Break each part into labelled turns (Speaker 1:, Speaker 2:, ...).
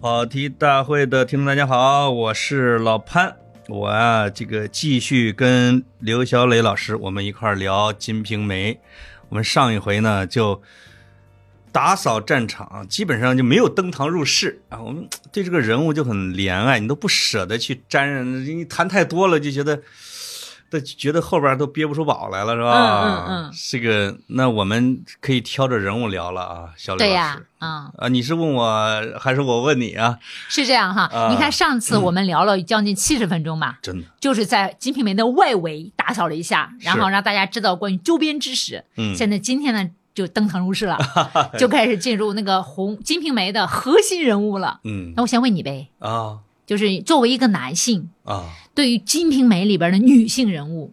Speaker 1: 跑题大会的听众，大家好，我是老潘。我啊，这个继续跟刘小磊老师我们一块儿聊《金瓶梅》。我们上一回呢就打扫战场，基本上就没有登堂入室啊。我们对这个人物就很怜爱，你都不舍得去沾染，你谈太多了就觉得，都觉得后边都憋不出宝来了，是吧？
Speaker 2: 嗯嗯嗯
Speaker 1: 这个，那我们可以挑着人物聊了啊，小磊
Speaker 2: 对
Speaker 1: 老师。
Speaker 2: 呀，啊、
Speaker 1: 啊，你是问我还是我问你啊？
Speaker 2: 是这样哈。
Speaker 1: 啊
Speaker 2: 你看上次我们聊了将近七十分钟吧，
Speaker 1: 真的，
Speaker 2: 就是在《金瓶梅》的外围打扫了一下，然后让大家知道关于周边知识。
Speaker 1: 嗯，
Speaker 2: 现在今天呢，就登堂入室了，就开始进入那个红《金瓶梅》的核心人物了。
Speaker 1: 嗯
Speaker 2: 那我想问你呗，
Speaker 1: 啊
Speaker 2: 就是作为一个男性，
Speaker 1: 啊，
Speaker 2: 对于《金瓶梅》里边的女性人物，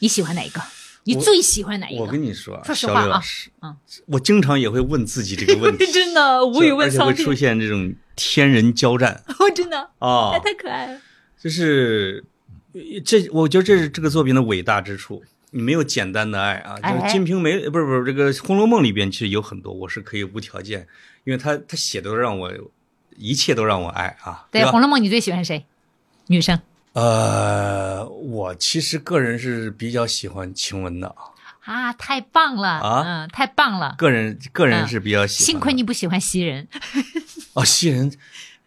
Speaker 2: 你喜欢哪一个？你最喜欢哪一
Speaker 1: 我
Speaker 2: 个？
Speaker 1: 跟你说啊，
Speaker 2: 哎说实
Speaker 1: 小
Speaker 2: 话
Speaker 1: 刘
Speaker 2: 啊
Speaker 1: 老师，
Speaker 2: 嗯，
Speaker 1: 我经常也会问自己这个问题，
Speaker 2: 真的 无语
Speaker 1: 就而
Speaker 2: 问
Speaker 1: 且
Speaker 2: 苍
Speaker 1: 会出
Speaker 2: 天，
Speaker 1: 现这种天人交 战
Speaker 2: 我真的
Speaker 1: 啊
Speaker 2: 哎，太可爱了。
Speaker 1: 就是这，我觉得这是这个作品的伟大之处。你没有简单的爱啊，就是《
Speaker 2: 哎
Speaker 1: 金瓶梅》不是不是这个《红楼梦》里边其实有很多我是可以无条件，因为他他写的都让我一切都让我爱啊，
Speaker 2: 对，
Speaker 1: 吧
Speaker 2: 《红楼梦》你最喜欢谁？女生
Speaker 1: 呃，我其实个人是比较喜欢晴雯的，啊，
Speaker 2: 啊，太棒了
Speaker 1: 啊
Speaker 2: 嗯，太棒了。
Speaker 1: 个人个人
Speaker 2: 嗯
Speaker 1: 是比较喜欢的。
Speaker 2: 幸亏你不喜欢袭人，
Speaker 1: 哦，西人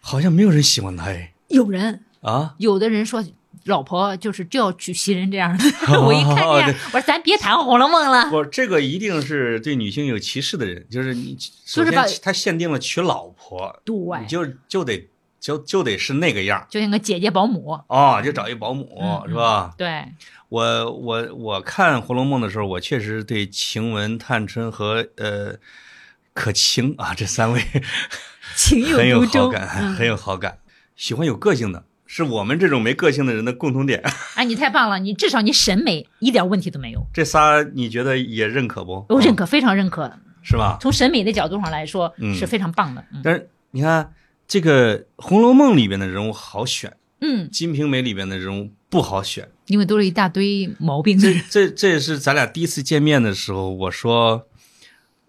Speaker 1: 好像没有人喜欢他哎
Speaker 2: 有人
Speaker 1: 啊，
Speaker 2: 有的人说老婆就是就要娶袭人这 样的， 我一看这样，
Speaker 1: 哦对
Speaker 2: 我说咱别谈《红楼梦》了，
Speaker 1: 不，这个一定是对女性有歧视的人，就是你首
Speaker 2: 就是
Speaker 1: 先
Speaker 2: 把
Speaker 1: 他限定了娶老婆，你
Speaker 2: 对，
Speaker 1: 就就得就就得是那个样儿
Speaker 2: 就像个姐姐保姆，
Speaker 1: 哦，就找一保姆、
Speaker 2: 嗯嗯
Speaker 1: 是吧？
Speaker 2: 对，
Speaker 1: 我我我看《红楼梦》的时候，我确实对晴雯、探春和呃可卿啊这三位
Speaker 2: 情
Speaker 1: 很有
Speaker 2: 独
Speaker 1: 好
Speaker 2: 钟。
Speaker 1: 感，
Speaker 2: 嗯，
Speaker 1: 很有好感，喜欢有个性的，是我们这种没个性的人的共同点。
Speaker 2: 啊，你太棒了，你至少你审美一点问题都没有，
Speaker 1: 这仨你觉得也认可不？
Speaker 2: 我认
Speaker 1: 可、
Speaker 2: 可，非常认可。
Speaker 1: 是吧？
Speaker 2: 从审美的角度上来说
Speaker 1: 嗯
Speaker 2: 是非常棒的，嗯
Speaker 1: 但是你看这个《红楼梦》里边的人物好选，
Speaker 2: 嗯，
Speaker 1: 《金瓶梅》里边的人物不好选。
Speaker 2: 因为都是一大堆毛病的人，
Speaker 1: 这这也是咱俩第一次见面的时候，我说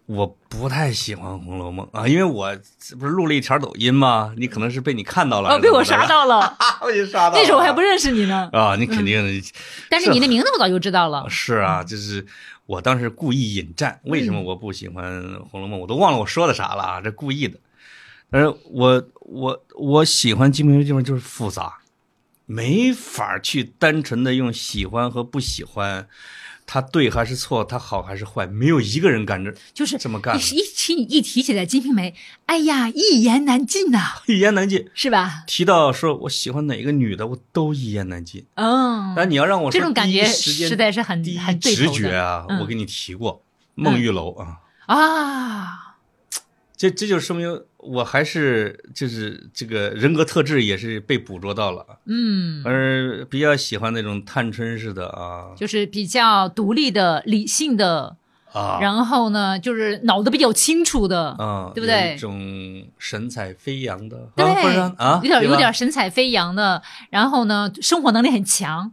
Speaker 1: 我不太喜欢《红楼梦》啊，因为我不是录了一条抖音吗？你可能是被你看到了，
Speaker 2: 哦，被我刷
Speaker 1: 到，
Speaker 2: 到 了，
Speaker 1: 被你刷到了，
Speaker 2: 那时候我还不认识嗯你呢，
Speaker 1: 啊，你肯定、
Speaker 2: 但 是
Speaker 1: 是
Speaker 2: 你的名字我早就知道了，
Speaker 1: 是
Speaker 2: 嗯
Speaker 1: 啊，就是我当时故意引战，为什么我不喜欢《红楼梦》？我都忘了我说的啥了啊，这故意的。但是我我我喜欢《金瓶梅》的地方就是复杂，没法去单纯的用喜欢和不喜欢，它对还是错，它好还是坏，没有一个人敢这
Speaker 2: 就是
Speaker 1: 这么干
Speaker 2: 一一提一提起来《金瓶梅》，哎呀，一言难尽呐、
Speaker 1: 一言难尽。
Speaker 2: 是吧？
Speaker 1: 提到说我喜欢哪个女的，我都一言难尽。
Speaker 2: 嗯，
Speaker 1: 但你要让我说
Speaker 2: 这种感觉
Speaker 1: 第一时间
Speaker 2: 实在是很
Speaker 1: 第一
Speaker 2: 很对
Speaker 1: 直
Speaker 2: 头
Speaker 1: 觉
Speaker 2: 的
Speaker 1: 啊，
Speaker 2: 嗯
Speaker 1: 我给你提过孟玉楼啊。
Speaker 2: 啊。
Speaker 1: 这这就说明我还是就是这个人格特质也是被捕捉到了，
Speaker 2: 嗯，
Speaker 1: 而比较喜欢那种探春似的啊
Speaker 2: 就是比较独立的、理性的，
Speaker 1: 啊，
Speaker 2: 然后呢，就是脑子比较清楚的，
Speaker 1: 啊，
Speaker 2: 对不对
Speaker 1: 有一种神采飞扬的，
Speaker 2: 对
Speaker 1: 啊或者啊，
Speaker 2: 有点
Speaker 1: 对吧
Speaker 2: 有点，神采飞扬的，然后呢，生活能力很强，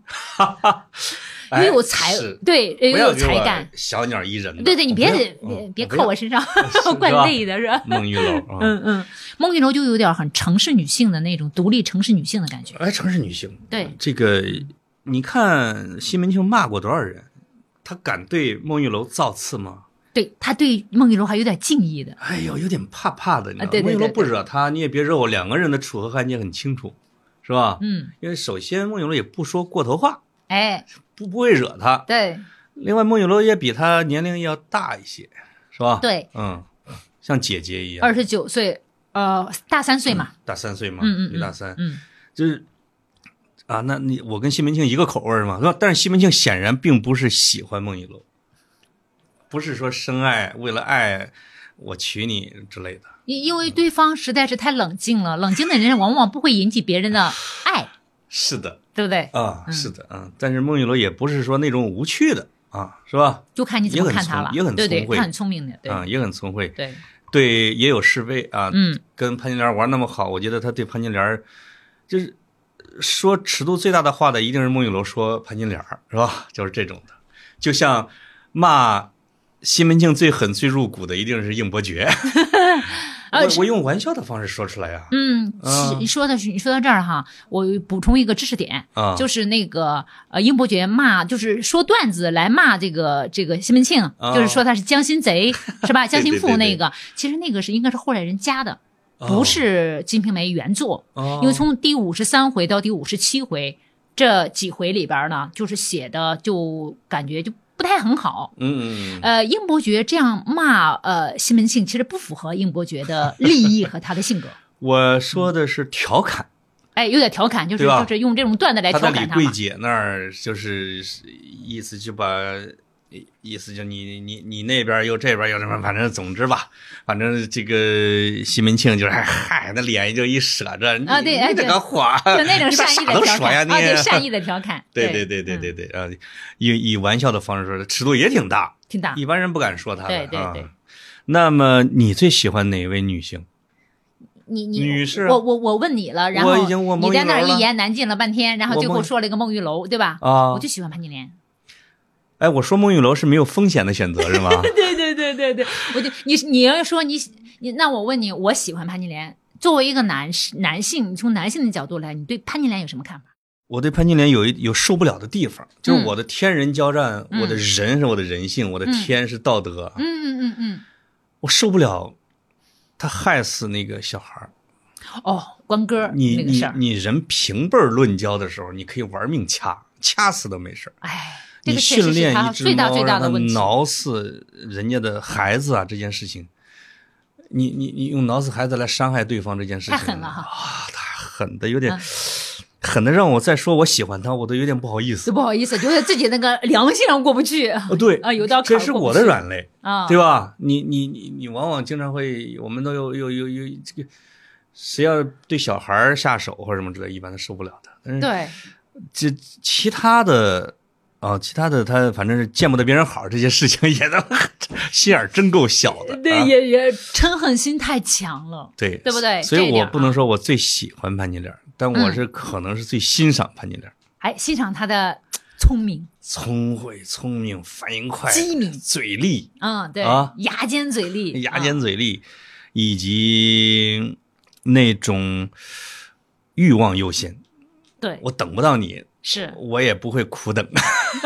Speaker 2: 又
Speaker 1: 哎
Speaker 2: 有才，
Speaker 1: 是
Speaker 2: 对，
Speaker 1: 不
Speaker 2: 又
Speaker 1: 要
Speaker 2: 有
Speaker 1: 给
Speaker 2: 才
Speaker 1: 我
Speaker 2: 感，
Speaker 1: 小鸟依人的，
Speaker 2: 对对，你别
Speaker 1: 不要
Speaker 2: 别
Speaker 1: 嗯
Speaker 2: 别
Speaker 1: 不
Speaker 2: 扣
Speaker 1: 要
Speaker 2: 我身上
Speaker 1: 是，
Speaker 2: 怪
Speaker 1: 吧
Speaker 2: 累的是吧？
Speaker 1: 孟玉楼啊，
Speaker 2: 嗯嗯，孟玉楼就有点很城市女性的那种独立城市女性的感觉。
Speaker 1: 哎，城市女性，
Speaker 2: 对，
Speaker 1: 这个你看西门庆骂过多少人，他敢对孟玉楼造次吗？
Speaker 2: 对她对孟玉楼还有点敬意的。
Speaker 1: 哎呦，有点怕怕的，你知道
Speaker 2: 啊对
Speaker 1: 吗？孟
Speaker 2: 对
Speaker 1: 玉
Speaker 2: 对
Speaker 1: 楼不
Speaker 2: 对
Speaker 1: 惹他，你也别惹我，两个人的楚河汉界很清楚，是吧？
Speaker 2: 嗯，
Speaker 1: 因为首先孟玉楼也不说过头话，
Speaker 2: 哎，
Speaker 1: 不不会惹他。
Speaker 2: 对
Speaker 1: 另外，孟玉楼也比他年龄要大一些，是吧？，
Speaker 2: 对，
Speaker 1: 嗯，像姐姐一样，
Speaker 2: 二十九岁，呃，大三岁嘛。
Speaker 1: 大三岁嘛，
Speaker 2: 嗯嗯
Speaker 1: 比大三，
Speaker 2: 嗯，
Speaker 1: 就是啊，那你我跟西门庆一个口味儿嘛，是吧？但是西门庆显然并不是喜欢孟玉楼，不是说深爱，为了爱我娶你之类的。
Speaker 2: 因因为对方实在是太冷静 了，冷静的人往往不会引起别人的爱，
Speaker 1: 是的，
Speaker 2: 对不对？
Speaker 1: 啊，
Speaker 2: 嗯
Speaker 1: 是的，啊，但是孟玉楼也不是说那种无趣的啊，是吧？
Speaker 2: 就看你怎么看他了。
Speaker 1: 也很聪
Speaker 2: 对
Speaker 1: 也很
Speaker 2: 对，
Speaker 1: 聪慧
Speaker 2: 他很聪明的，对、
Speaker 1: 啊，也很聪慧，
Speaker 2: 对，
Speaker 1: 对，也有是非啊。
Speaker 2: 嗯，
Speaker 1: 跟潘金莲玩那么好，我觉得他对潘金莲儿就是说尺度最大的话的， 一定是孟玉楼说潘金莲儿是吧？就是这种的，就像骂西门庆最狠、最入骨的一定是应伯爵。
Speaker 2: 啊
Speaker 1: 我我用玩笑的方式说出来啊
Speaker 2: 嗯，
Speaker 1: 啊
Speaker 2: 是你说的是你说到这儿哈，我补充一个知识点，
Speaker 1: 啊，
Speaker 2: 就是那个呃，英伯爵骂，就是说段子来骂这个这个西门庆，
Speaker 1: 哦
Speaker 2: 就是说他是将 心贼是吧？将心
Speaker 1: 对对
Speaker 2: 腹
Speaker 1: 对
Speaker 2: 那个，其实那个是应该是后来人加的，不是《金瓶梅》原作，
Speaker 1: 哦，
Speaker 2: 因为从第五十三回到第五十七回这几回里边呢，就是写的就感觉就不太很好。
Speaker 1: 嗯嗯嗯
Speaker 2: 呃，英伯爵这样骂呃西门庆，其实不符合英伯爵的利益和他的 性格，
Speaker 1: 我说的是调侃，
Speaker 2: 哎，有点调侃，就是
Speaker 1: 对吧
Speaker 2: 就是用这种段子来
Speaker 1: 他
Speaker 2: 哎调
Speaker 1: 在
Speaker 2: 侃
Speaker 1: 李
Speaker 2: 他嘛
Speaker 1: 桂。姐那儿就是意思就把。意思就你你你那边又这边又什么，反正总之吧，反正这个西门庆就是哎嗨，那脸就一舍着，你
Speaker 2: 啊对哎
Speaker 1: 你这
Speaker 2: 对
Speaker 1: 个火，
Speaker 2: 就那种善意
Speaker 1: 你咋
Speaker 2: 的
Speaker 1: 都
Speaker 2: 调
Speaker 1: 说呀
Speaker 2: 侃
Speaker 1: 你
Speaker 2: 啊， 对善意的调侃，
Speaker 1: 对对
Speaker 2: 对
Speaker 1: 对对对
Speaker 2: 嗯
Speaker 1: 对啊，以以玩笑的方式说，尺度也挺大，
Speaker 2: 挺大。
Speaker 1: 一般人不敢说他的。
Speaker 2: 啊对对
Speaker 1: 啊
Speaker 2: 对
Speaker 1: 那么你最喜欢哪位女性？
Speaker 2: 你你
Speaker 1: 女士
Speaker 2: 我我啊我问你了，然
Speaker 1: 我
Speaker 2: 后
Speaker 1: 已经我
Speaker 2: 你
Speaker 1: 梦
Speaker 2: 在
Speaker 1: 遗
Speaker 2: 那儿
Speaker 1: 楼了
Speaker 2: 一言难尽了半天，然后
Speaker 1: 我
Speaker 2: 最后
Speaker 1: 梦
Speaker 2: 说了一个孟玉楼，对吧？
Speaker 1: 啊
Speaker 2: 我就喜欢潘金莲。
Speaker 1: 哎，我说孟玉楼是没有风险的选择是吗？
Speaker 2: 对对对对对，我就你你要说你你那我问你，我喜欢潘金莲。作为一个男士男性，你从男性的角度来，你对潘金莲有什么看法？
Speaker 1: 我对潘金莲有一有受不了的地方，就是
Speaker 2: 嗯
Speaker 1: 我的天人交战，
Speaker 2: 嗯
Speaker 1: 我的人是我的人性，我的天是道德，
Speaker 2: 嗯嗯嗯
Speaker 1: 我受不了他害死那个小孩儿。
Speaker 2: 嗯，哦，关哥
Speaker 1: 你
Speaker 2: 那个事
Speaker 1: 你
Speaker 2: 儿，
Speaker 1: 你人平辈儿论交的时候，你可以玩命掐，掐死都没事儿。
Speaker 2: 哎，这
Speaker 1: 你
Speaker 2: 个确
Speaker 1: 训
Speaker 2: 实是
Speaker 1: 练
Speaker 2: 他
Speaker 1: 一只
Speaker 2: 最大
Speaker 1: 猫，
Speaker 2: 最大
Speaker 1: 让
Speaker 2: 的
Speaker 1: 它
Speaker 2: 问题。
Speaker 1: 挠死人家的孩子啊，这件事情，你你你用挠死孩子来伤害对方这件事情，
Speaker 2: 太狠了哈
Speaker 1: 啊！太狠的有点
Speaker 2: 嗯，
Speaker 1: 狠的让我再说我喜欢他，我都有点不好意
Speaker 2: 就
Speaker 1: 思。
Speaker 2: 不好意思，觉得自己那个良心上过不去啊
Speaker 1: 哦，对
Speaker 2: 啊有道坎
Speaker 1: 这
Speaker 2: 儿
Speaker 1: 是
Speaker 2: 过不
Speaker 1: 我的
Speaker 2: 去
Speaker 1: 软肋，
Speaker 2: 啊，
Speaker 1: 对吧？你你你你往往经常会，我们都有有有有这个，谁要对小孩儿下手或者什么之类，一般都受不了的。但是
Speaker 2: 对，
Speaker 1: 这其他的啊，其他的他反正是见不得别人好，这些事情也都 心眼儿真够小的。
Speaker 2: 对，
Speaker 1: 啊、
Speaker 2: 也也嗔恨心太强了。
Speaker 1: 对
Speaker 2: 对不对
Speaker 1: 所
Speaker 2: 这一
Speaker 1: 以我
Speaker 2: 点儿啊嗯
Speaker 1: 不能说我最喜欢潘金莲，但我是可能是最欣赏潘金莲，
Speaker 2: 哎，欣赏他的聪明，
Speaker 1: 聪慧、聪明、反应快、
Speaker 2: 机敏
Speaker 1: 嘴利、
Speaker 2: 嗯，对，
Speaker 1: 啊
Speaker 2: 牙尖嘴利，
Speaker 1: 牙
Speaker 2: 啊
Speaker 1: 尖嘴利，以及那种欲望优先。
Speaker 2: 对，
Speaker 1: 我等不到你，
Speaker 2: 是，
Speaker 1: 我也不会苦等
Speaker 2: 啊，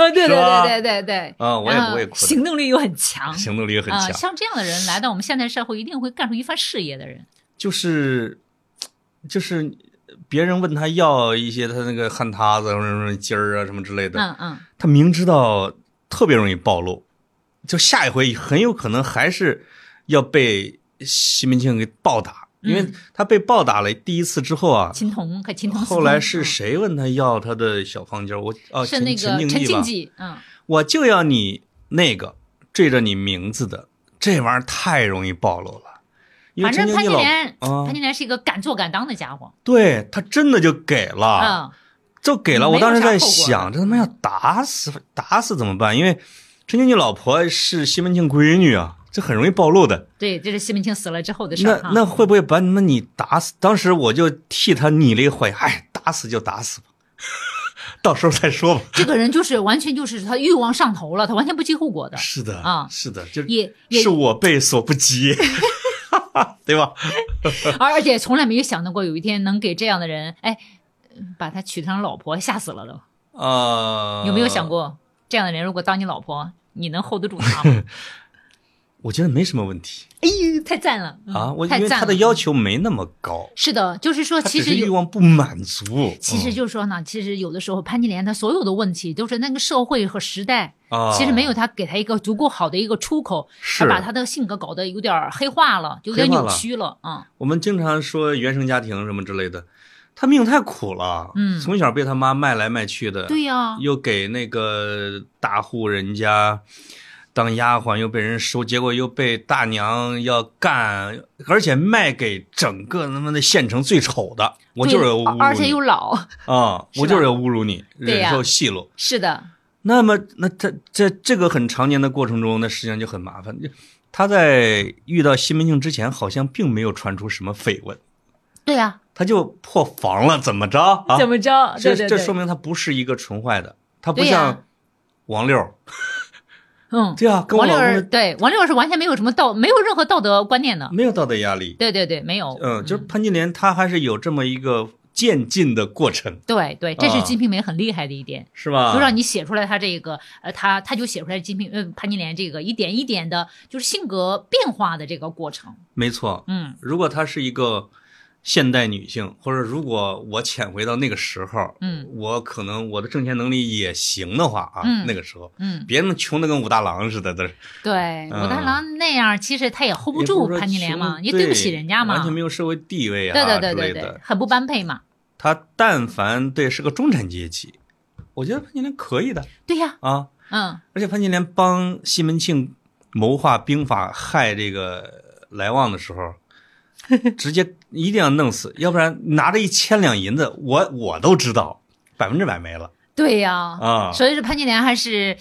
Speaker 2: 对对
Speaker 1: 是吧
Speaker 2: 对对对对，
Speaker 1: 啊，我也不会
Speaker 2: 然后
Speaker 1: 苦等，
Speaker 2: 行动力又很强，
Speaker 1: 行动力也很
Speaker 2: 啊、
Speaker 1: 强。
Speaker 2: 像这样的人来到我们现代社会，一定会干出一番事业的人。
Speaker 1: 就是就是别人问他要一些他那个旱塌子或者什么筋儿啊什么之类的，
Speaker 2: 嗯嗯，
Speaker 1: 他明知道特别容易暴露，就下一回很有可能还是要被西门庆给暴打，因为
Speaker 2: 嗯
Speaker 1: 他被暴打了第一次之后啊。
Speaker 2: 秦童和秦童四通。
Speaker 1: 后来是
Speaker 2: 嗯
Speaker 1: 谁问他要他的小方筋儿？我哦，
Speaker 2: 是
Speaker 1: 陈
Speaker 2: 那个
Speaker 1: 陈
Speaker 2: 陈
Speaker 1: 吧
Speaker 2: 静济，嗯，
Speaker 1: 我就要你那个缀着你名字的，这玩意儿太容易暴露了。因为
Speaker 2: 反
Speaker 1: 陈经
Speaker 2: 正潘
Speaker 1: 济
Speaker 2: 金
Speaker 1: 老
Speaker 2: 莲，
Speaker 1: 啊
Speaker 2: 潘金莲是一个敢做敢当的家伙，
Speaker 1: 对他真的就给了，
Speaker 2: 嗯，
Speaker 1: 就给了。
Speaker 2: 没
Speaker 1: 我
Speaker 2: 有
Speaker 1: 当时
Speaker 2: 啥
Speaker 1: 在
Speaker 2: 后果
Speaker 1: 想，
Speaker 2: 的
Speaker 1: 这他妈要打死打死怎么办？因为陈经济老婆是西门庆闺女啊，这很容易暴露的。
Speaker 2: 对，这是西门庆死了之后的事
Speaker 1: 那
Speaker 2: 儿哈。
Speaker 1: 那会不会把那你打死？当时我就替他拟了一回，哎，打死就打死吧， 到时候再说吧。
Speaker 2: 这个人就是完全就是他欲望上头了，他完全不计后果的，
Speaker 1: 是的
Speaker 2: 啊
Speaker 1: 是的，就
Speaker 2: 也也
Speaker 1: 是我辈所不及， 对吧？
Speaker 2: 而而且从来没有想到过有一天能给这样的人，哎，把他娶成老婆，吓死了都。
Speaker 1: 呃，
Speaker 2: 有没有想？过，这样的人如果当你老婆，你能 hold 得住他吗？
Speaker 1: 我觉得没什么问题
Speaker 2: 哎呦，太赞了嗯
Speaker 1: 啊，我因
Speaker 2: 太
Speaker 1: 为
Speaker 2: 赞
Speaker 1: 他
Speaker 2: 了
Speaker 1: 的要求没那么高，
Speaker 2: 是的，就是说，
Speaker 1: 他
Speaker 2: 其
Speaker 1: 只
Speaker 2: 实
Speaker 1: 是欲
Speaker 2: 有。
Speaker 1: 望不满足。
Speaker 2: 其实就是说呢，其实有的时候潘金莲她所有的问题都是那个社会和时代，
Speaker 1: 嗯啊，
Speaker 2: 其实没有他给她一个足够好的一个出口，
Speaker 1: 是
Speaker 2: 他把她的性格搞得有点儿黑化了，有
Speaker 1: 黑
Speaker 2: 点
Speaker 1: 化
Speaker 2: 扭
Speaker 1: 了
Speaker 2: 曲了，嗯，
Speaker 1: 我们经常说原生家庭什么之类的，他命太苦了，
Speaker 2: 嗯
Speaker 1: 从小被他妈卖来卖去的，
Speaker 2: 对呀、
Speaker 1: 又给那个大户人家当丫鬟，又被人收，结果又被大娘要干，而且卖给整个他妈的县城最丑的，我
Speaker 2: 对
Speaker 1: 就是要侮辱你，
Speaker 2: 而且又老，
Speaker 1: 啊，
Speaker 2: 是吧
Speaker 1: 我就是要侮辱你，
Speaker 2: 对
Speaker 1: 忍
Speaker 2: 呀
Speaker 1: 受戏弄。
Speaker 2: 是的，
Speaker 1: 那么，那他在这个很常年的过程中，那实际上就很麻烦。就他在遇到西门庆之前，好像并没有传出什么绯闻，
Speaker 2: 对呀、
Speaker 1: 他就破防了，怎么着啊？
Speaker 2: 怎么着？
Speaker 1: 这
Speaker 2: 对对
Speaker 1: 这说
Speaker 2: 对，
Speaker 1: 明他不是一个纯坏的，他不
Speaker 2: 对呀
Speaker 1: 像王六儿、
Speaker 2: 嗯，
Speaker 1: 对啊，跟我
Speaker 2: 王
Speaker 1: 老
Speaker 2: 六
Speaker 1: 公的
Speaker 2: 儿对王六儿是完全没有什么道，没有任何道德观念的。
Speaker 1: 没有道德压力。
Speaker 2: 对对对，没有。
Speaker 1: 嗯，就是潘金莲，她还是有这么一个渐进的过程，
Speaker 2: 对对，这是
Speaker 1: 啊
Speaker 2: 《金瓶梅》很厉害的一点，
Speaker 1: 是吧？
Speaker 2: 就让你写出来他这个，呃，他他就写出来《金瓶》呃潘金莲这个一点一点的，就是性格变化的这个过程。
Speaker 1: 没错。
Speaker 2: 嗯
Speaker 1: 如果她是一个现代女性，或者如果我潜回到那个时候，
Speaker 2: 嗯
Speaker 1: 我可能我的挣钱能力也行的话啊，
Speaker 2: 嗯
Speaker 1: 那个时候
Speaker 2: 嗯，
Speaker 1: 别那么穷的跟武大郎似的，都是
Speaker 2: 对，武大
Speaker 1: 嗯
Speaker 2: 郎那样，其实他也 hold 不
Speaker 1: 也
Speaker 2: 住
Speaker 1: 是说
Speaker 2: 潘金莲
Speaker 1: 穷
Speaker 2: 嘛，也对不起人家
Speaker 1: 完
Speaker 2: 嘛
Speaker 1: 全。没有社会地位啊
Speaker 2: 对对对
Speaker 1: 之类
Speaker 2: 对
Speaker 1: 的
Speaker 2: 对，。很不般配嘛。
Speaker 1: 他但凡对是个中产阶级，我觉得潘金莲可以的
Speaker 2: 对呀，
Speaker 1: 啊。
Speaker 2: 嗯
Speaker 1: 而且潘金莲帮西门庆谋划兵法害这个来旺的时 候，直接一定要弄死，要不然拿着一千两银子，我我都知道百分之百没了
Speaker 2: 对呀，
Speaker 1: 啊，
Speaker 2: 所以说潘金莲还是，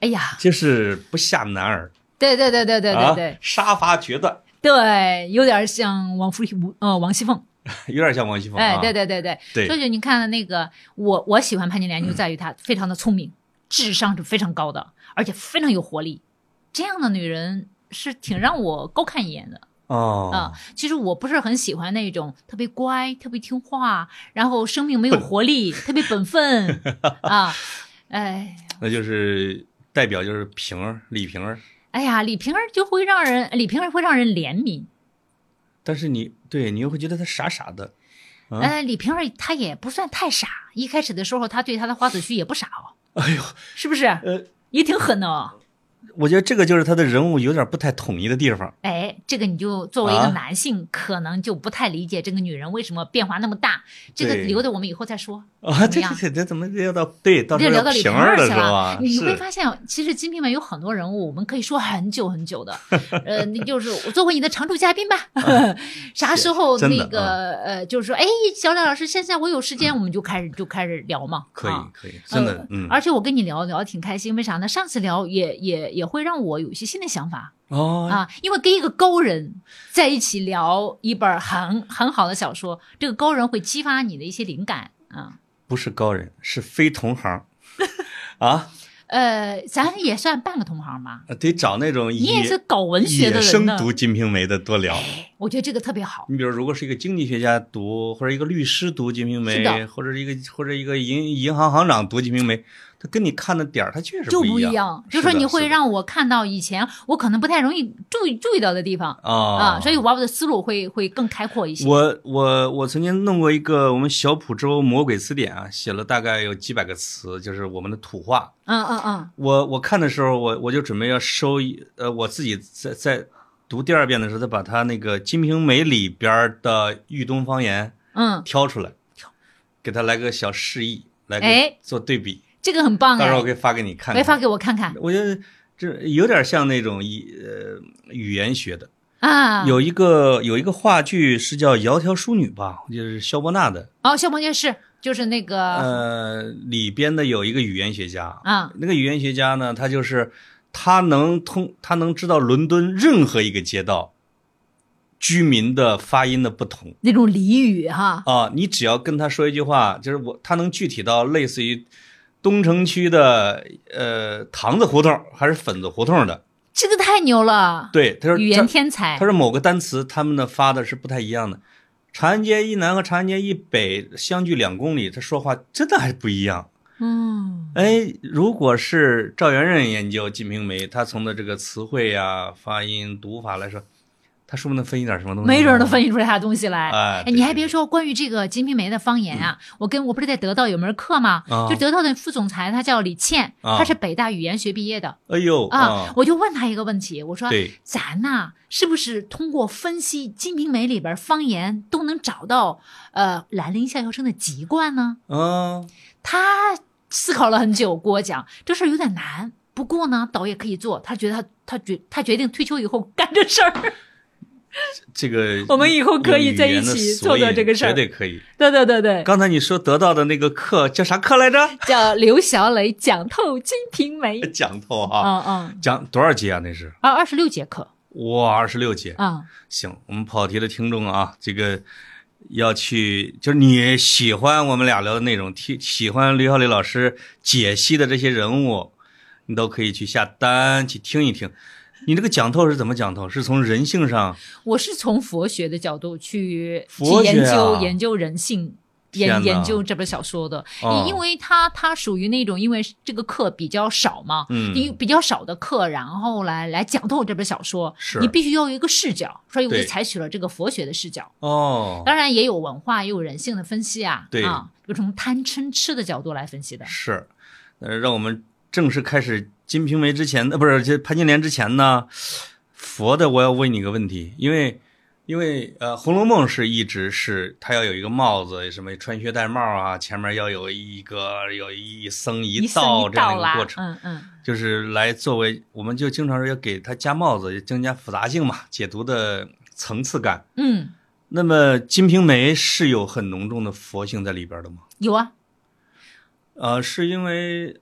Speaker 2: 哎呀，
Speaker 1: 就是不下男儿，
Speaker 2: 对对对对对对对
Speaker 1: 啊，杀伐决断，
Speaker 2: 对，有点像王夫呃王熙凤，
Speaker 1: 有点像王熙凤、啊，
Speaker 2: 哎，对对对对，
Speaker 1: 对
Speaker 2: 就是你看的那个，我我喜欢潘金莲就在于她非常的聪明，智商是非常高的，而且非常有活力。这样的女人是挺让我高看一眼的
Speaker 1: 哦，
Speaker 2: 啊、其实我不是很喜欢那种特别乖、特别听话，然后生命没有活力、特别本分啊。哎，
Speaker 1: 那就是代表就是平儿李瓶儿，
Speaker 2: 哎呀，李瓶儿就会让人，李瓶儿会让人怜悯。
Speaker 1: 但是你对你又会觉得他傻傻的，啊
Speaker 2: 呃，李瓶儿她也不算太傻，一开始的时候她对她的花子虚也不傻 哦，
Speaker 1: 哎呦，
Speaker 2: 是不是？
Speaker 1: 呃，
Speaker 2: 也挺狠的哦。
Speaker 1: 我觉得这个就是他的人物有点不太统一的地方。
Speaker 2: 哎，这个你就作为一个
Speaker 1: 啊
Speaker 2: 男性，可能就不太理解这个女人为什么变化那么大。这个
Speaker 1: 对
Speaker 2: 留着我们以后再说，
Speaker 1: 啊，对
Speaker 2: 怎么样
Speaker 1: 对 对，这怎么聊到对到
Speaker 2: 就
Speaker 1: 这
Speaker 2: 聊
Speaker 1: 个
Speaker 2: 到李
Speaker 1: 平
Speaker 2: 瓶
Speaker 1: 儿
Speaker 2: 儿
Speaker 1: 的
Speaker 2: 去
Speaker 1: 时候
Speaker 2: 了
Speaker 1: 啊。，
Speaker 2: 你会
Speaker 1: 是
Speaker 2: 发现，其实《金瓶梅》有很多人物，我们可以说很久很久的。呃，那就是我作为你的常驻嘉 宾吧。 啥时候
Speaker 1: 啊真的啊嗯
Speaker 2: 那个呃，就是说，哎，小李老师，现在我有时间，我们就开始就开始聊嘛。
Speaker 1: 可以
Speaker 2: 啊
Speaker 1: 可以，真的
Speaker 2: 呃，
Speaker 1: 嗯，
Speaker 2: 而且我跟你聊聊得挺开心，为啥呢？上次聊也也也会让我有一些新的想法
Speaker 1: 哦，
Speaker 2: 啊，因为跟一个高人在一起聊一本很很好的小说，这个高人会激发你的一些灵感啊。
Speaker 1: 不是高人，是非同行啊，呃
Speaker 2: 呃，咱也算半个同行吧，
Speaker 1: 得找那种
Speaker 2: 你也
Speaker 1: 野
Speaker 2: 是搞文
Speaker 1: 野
Speaker 2: 学的人
Speaker 1: 生
Speaker 2: 呢。哎
Speaker 1: 读《金瓶梅》的多聊。
Speaker 2: 我觉得这个特别好。
Speaker 1: 你比如，如果是一个经济学家读，或者一个律师读《金瓶
Speaker 2: 是
Speaker 1: 梅》
Speaker 2: 的
Speaker 1: 或者一个或者一个银银行行长读《金瓶梅》，他跟你看的点儿，他确实
Speaker 2: 就不
Speaker 1: 一
Speaker 2: 一
Speaker 1: 样
Speaker 2: 样，就是说
Speaker 1: 是的
Speaker 2: 你
Speaker 1: 是
Speaker 2: 会
Speaker 1: 的
Speaker 2: 让我看到以前我可能不太容易注意注意到的地方
Speaker 1: 啊
Speaker 2: 啊，所以我把我的思路会会更开阔一些。
Speaker 1: 我我我曾经弄过一个我们小浦州魔鬼词典啊，写了大概有几百个词，就是我们的土话。
Speaker 2: 嗯嗯嗯，
Speaker 1: 我我看的时候，我我就准备要收一呃，我自己在在读第二遍的时候，再把它那个《金瓶梅》里边的豫东方言
Speaker 2: 嗯，
Speaker 1: 挑出来，给它来个小示意，来
Speaker 2: 哎
Speaker 1: 个做对比，
Speaker 2: 这个很棒
Speaker 1: 到时候
Speaker 2: 哎
Speaker 1: 我，可以发给你看
Speaker 2: 没
Speaker 1: 看。
Speaker 2: 发给我看看
Speaker 1: 我觉得这有点像那种一呃语言学的，
Speaker 2: 啊。
Speaker 1: 有一个有一个话剧是叫《窈窕淑女》吧，就是萧伯纳的。
Speaker 2: 哦，消防员是就是那个
Speaker 1: 呃，里边的有一个语言学家，
Speaker 2: 啊
Speaker 1: 那个语言学家呢，他就是他能通，他能知道伦敦任何一个街道居民的发音的不同
Speaker 2: 那种俚语哈，
Speaker 1: 啊。你只要跟他说一句话，就是我，他能具体到类似于东城区的呃堂子胡同还是粉子胡同的。
Speaker 2: 这个太牛了，
Speaker 1: 对，他说
Speaker 2: 语言
Speaker 1: 这
Speaker 2: 天才
Speaker 1: 他。说某个单词他们的发的是不太一样的。长安街以南和长安街以北相距两公里，他说话真的还不一样。
Speaker 2: 嗯，
Speaker 1: 哎，如果是赵元任研究《金瓶梅》，他从的这个词汇呀、发音、读法来说，他说不定能分析点什么东西，
Speaker 2: 没准儿能分析出啥东西来。
Speaker 1: 哎对嗯
Speaker 2: 你还别说，关于这个《金瓶梅》的方言啊，我跟我不是在得到有门课吗？
Speaker 1: 啊
Speaker 2: 就得到的副总裁他叫李倩，
Speaker 1: 啊
Speaker 2: 他是北大语言学毕业的
Speaker 1: 哎呦
Speaker 2: 啊。，我就问他一个问题，我说
Speaker 1: 对，
Speaker 2: 咱呐、是不是通过分析《金瓶梅》里边方言，都能找到呃兰陵笑笑生的籍贯呢？
Speaker 1: 嗯，
Speaker 2: 他思考了很久，跟我讲这事儿有点难。不过呢，导演可以做，他觉得他他决他决定退休以后干这事儿。
Speaker 1: 这个
Speaker 2: 我们以后可以在一起做做这个事儿
Speaker 1: 绝对可以。
Speaker 2: 对对对对，
Speaker 1: 刚才你说得到的那个课叫啥课来着？。
Speaker 2: 叫刘小磊讲透《金瓶梅》
Speaker 1: 讲透哈、
Speaker 2: 嗯嗯，
Speaker 1: 讲多少节啊？那是
Speaker 2: 啊，二十六节课
Speaker 1: 哇，二十六节。
Speaker 2: 啊、
Speaker 1: 行，我们跑题的听众啊，这个要去，就是你喜欢我们俩聊的内容，听喜欢刘小磊老师解析的这些人物，你都可以去下单去听一听。你这个讲透是怎么讲透？是从人性上，
Speaker 2: 我是从佛学的角度去去
Speaker 1: 佛学
Speaker 2: 研究、
Speaker 1: 啊
Speaker 2: 研究人性。
Speaker 1: 天
Speaker 2: 研
Speaker 1: 哪
Speaker 2: 研究这本小说的，
Speaker 1: 哦
Speaker 2: 因为它它属于那种，因为这个课比较少嘛，
Speaker 1: 嗯
Speaker 2: 因为比较少的课，然后来来讲透这本小说，
Speaker 1: 是
Speaker 2: 你必须要有一个视角，所以我就
Speaker 1: 对
Speaker 2: 采取了这个佛学的视角，
Speaker 1: 哦，
Speaker 2: 当然也有文化，也有人性的分析啊，
Speaker 1: 对
Speaker 2: 啊，就从贪嗔痴的角度来分析的，
Speaker 1: 是，呃，让我们正式开始《金瓶梅》之前，呃，不是这潘金莲之前呢，佛的我要问你个问题，因为因为呃，《红楼梦》是一直是它要有一个帽子，什么穿靴戴帽啊，前面要有一个有一僧一
Speaker 2: 僧
Speaker 1: 道
Speaker 2: 一
Speaker 1: 这样
Speaker 2: 道
Speaker 1: 一
Speaker 2: 啦
Speaker 1: 个过程，，
Speaker 2: 嗯嗯，
Speaker 1: 就是来作为我们就经常说要给它加帽子，增加复杂性嘛，解读的层次感。
Speaker 2: 嗯，
Speaker 1: 那么《金瓶梅》是有很浓重的佛性在里边的吗？
Speaker 2: 有啊，
Speaker 1: 呃，是因为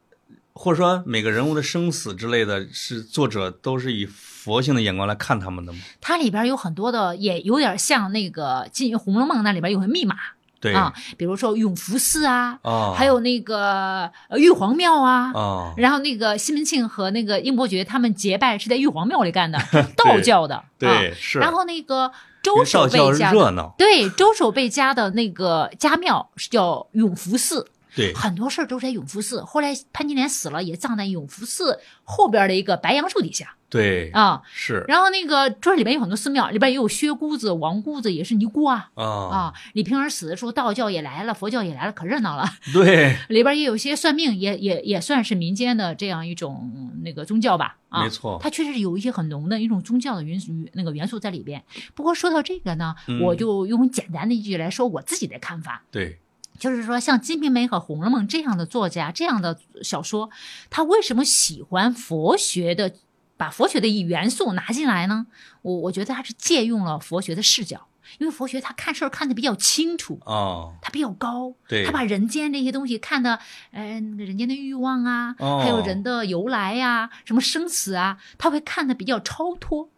Speaker 1: 或者说每个人物的生死之类的，是作者都是以佛性的眼光来看他们的吗？
Speaker 2: 它里边有很多的，也有点像那个《金红楼梦》那里边有个密码
Speaker 1: 对
Speaker 2: 啊，比如说永福寺啊，
Speaker 1: 哦
Speaker 2: 还有那个呃玉皇庙啊。
Speaker 1: 哦
Speaker 2: 然后那个西门庆和那个英伯爵他们结拜是在玉皇庙里 干的，是道教的。
Speaker 1: 对
Speaker 2: 啊、
Speaker 1: 是
Speaker 2: 然后那个周
Speaker 1: 因为道
Speaker 2: 守
Speaker 1: 教
Speaker 2: 备家的，
Speaker 1: 热闹，
Speaker 2: 对周守备家的那个家庙是叫永福寺，
Speaker 1: 对
Speaker 2: 很多事儿都是在永福寺。后来潘金莲死了，也葬在永福寺后边的一个白杨树底下
Speaker 1: 对
Speaker 2: 啊。
Speaker 1: 是
Speaker 2: 然后那个这里边有很多寺庙，里边也有薛姑子、王姑子，也是尼姑啊。
Speaker 1: 啊
Speaker 2: 啊，李瓶儿死的时候，道教也来了，佛教也来了，可热闹了。
Speaker 1: 对，
Speaker 2: 里边也有些算命，也也也算是民间的这样一种嗯那个宗教吧。啊，
Speaker 1: 没错
Speaker 2: 它确实有一些很浓的一种宗教的元素那个元素在里边。不过说到这个呢，
Speaker 1: 嗯
Speaker 2: 我就用简单的一句来说我自己的看法，
Speaker 1: 对
Speaker 2: 就是说像《金瓶梅》和《红楼梦》这样的作家，这样的小说，他为什么喜欢佛学的，把佛学的一元素拿进来呢？我我觉得他是借用了佛学的视角，因为佛学他看事儿看得比较清楚。
Speaker 1: 哦
Speaker 2: 它比较高，
Speaker 1: 对
Speaker 2: 他把人间这些东西看的，呃，那个人间的欲望啊，
Speaker 1: 哦
Speaker 2: 还有人的由来呀、什么生死啊，他会看的比较超脱。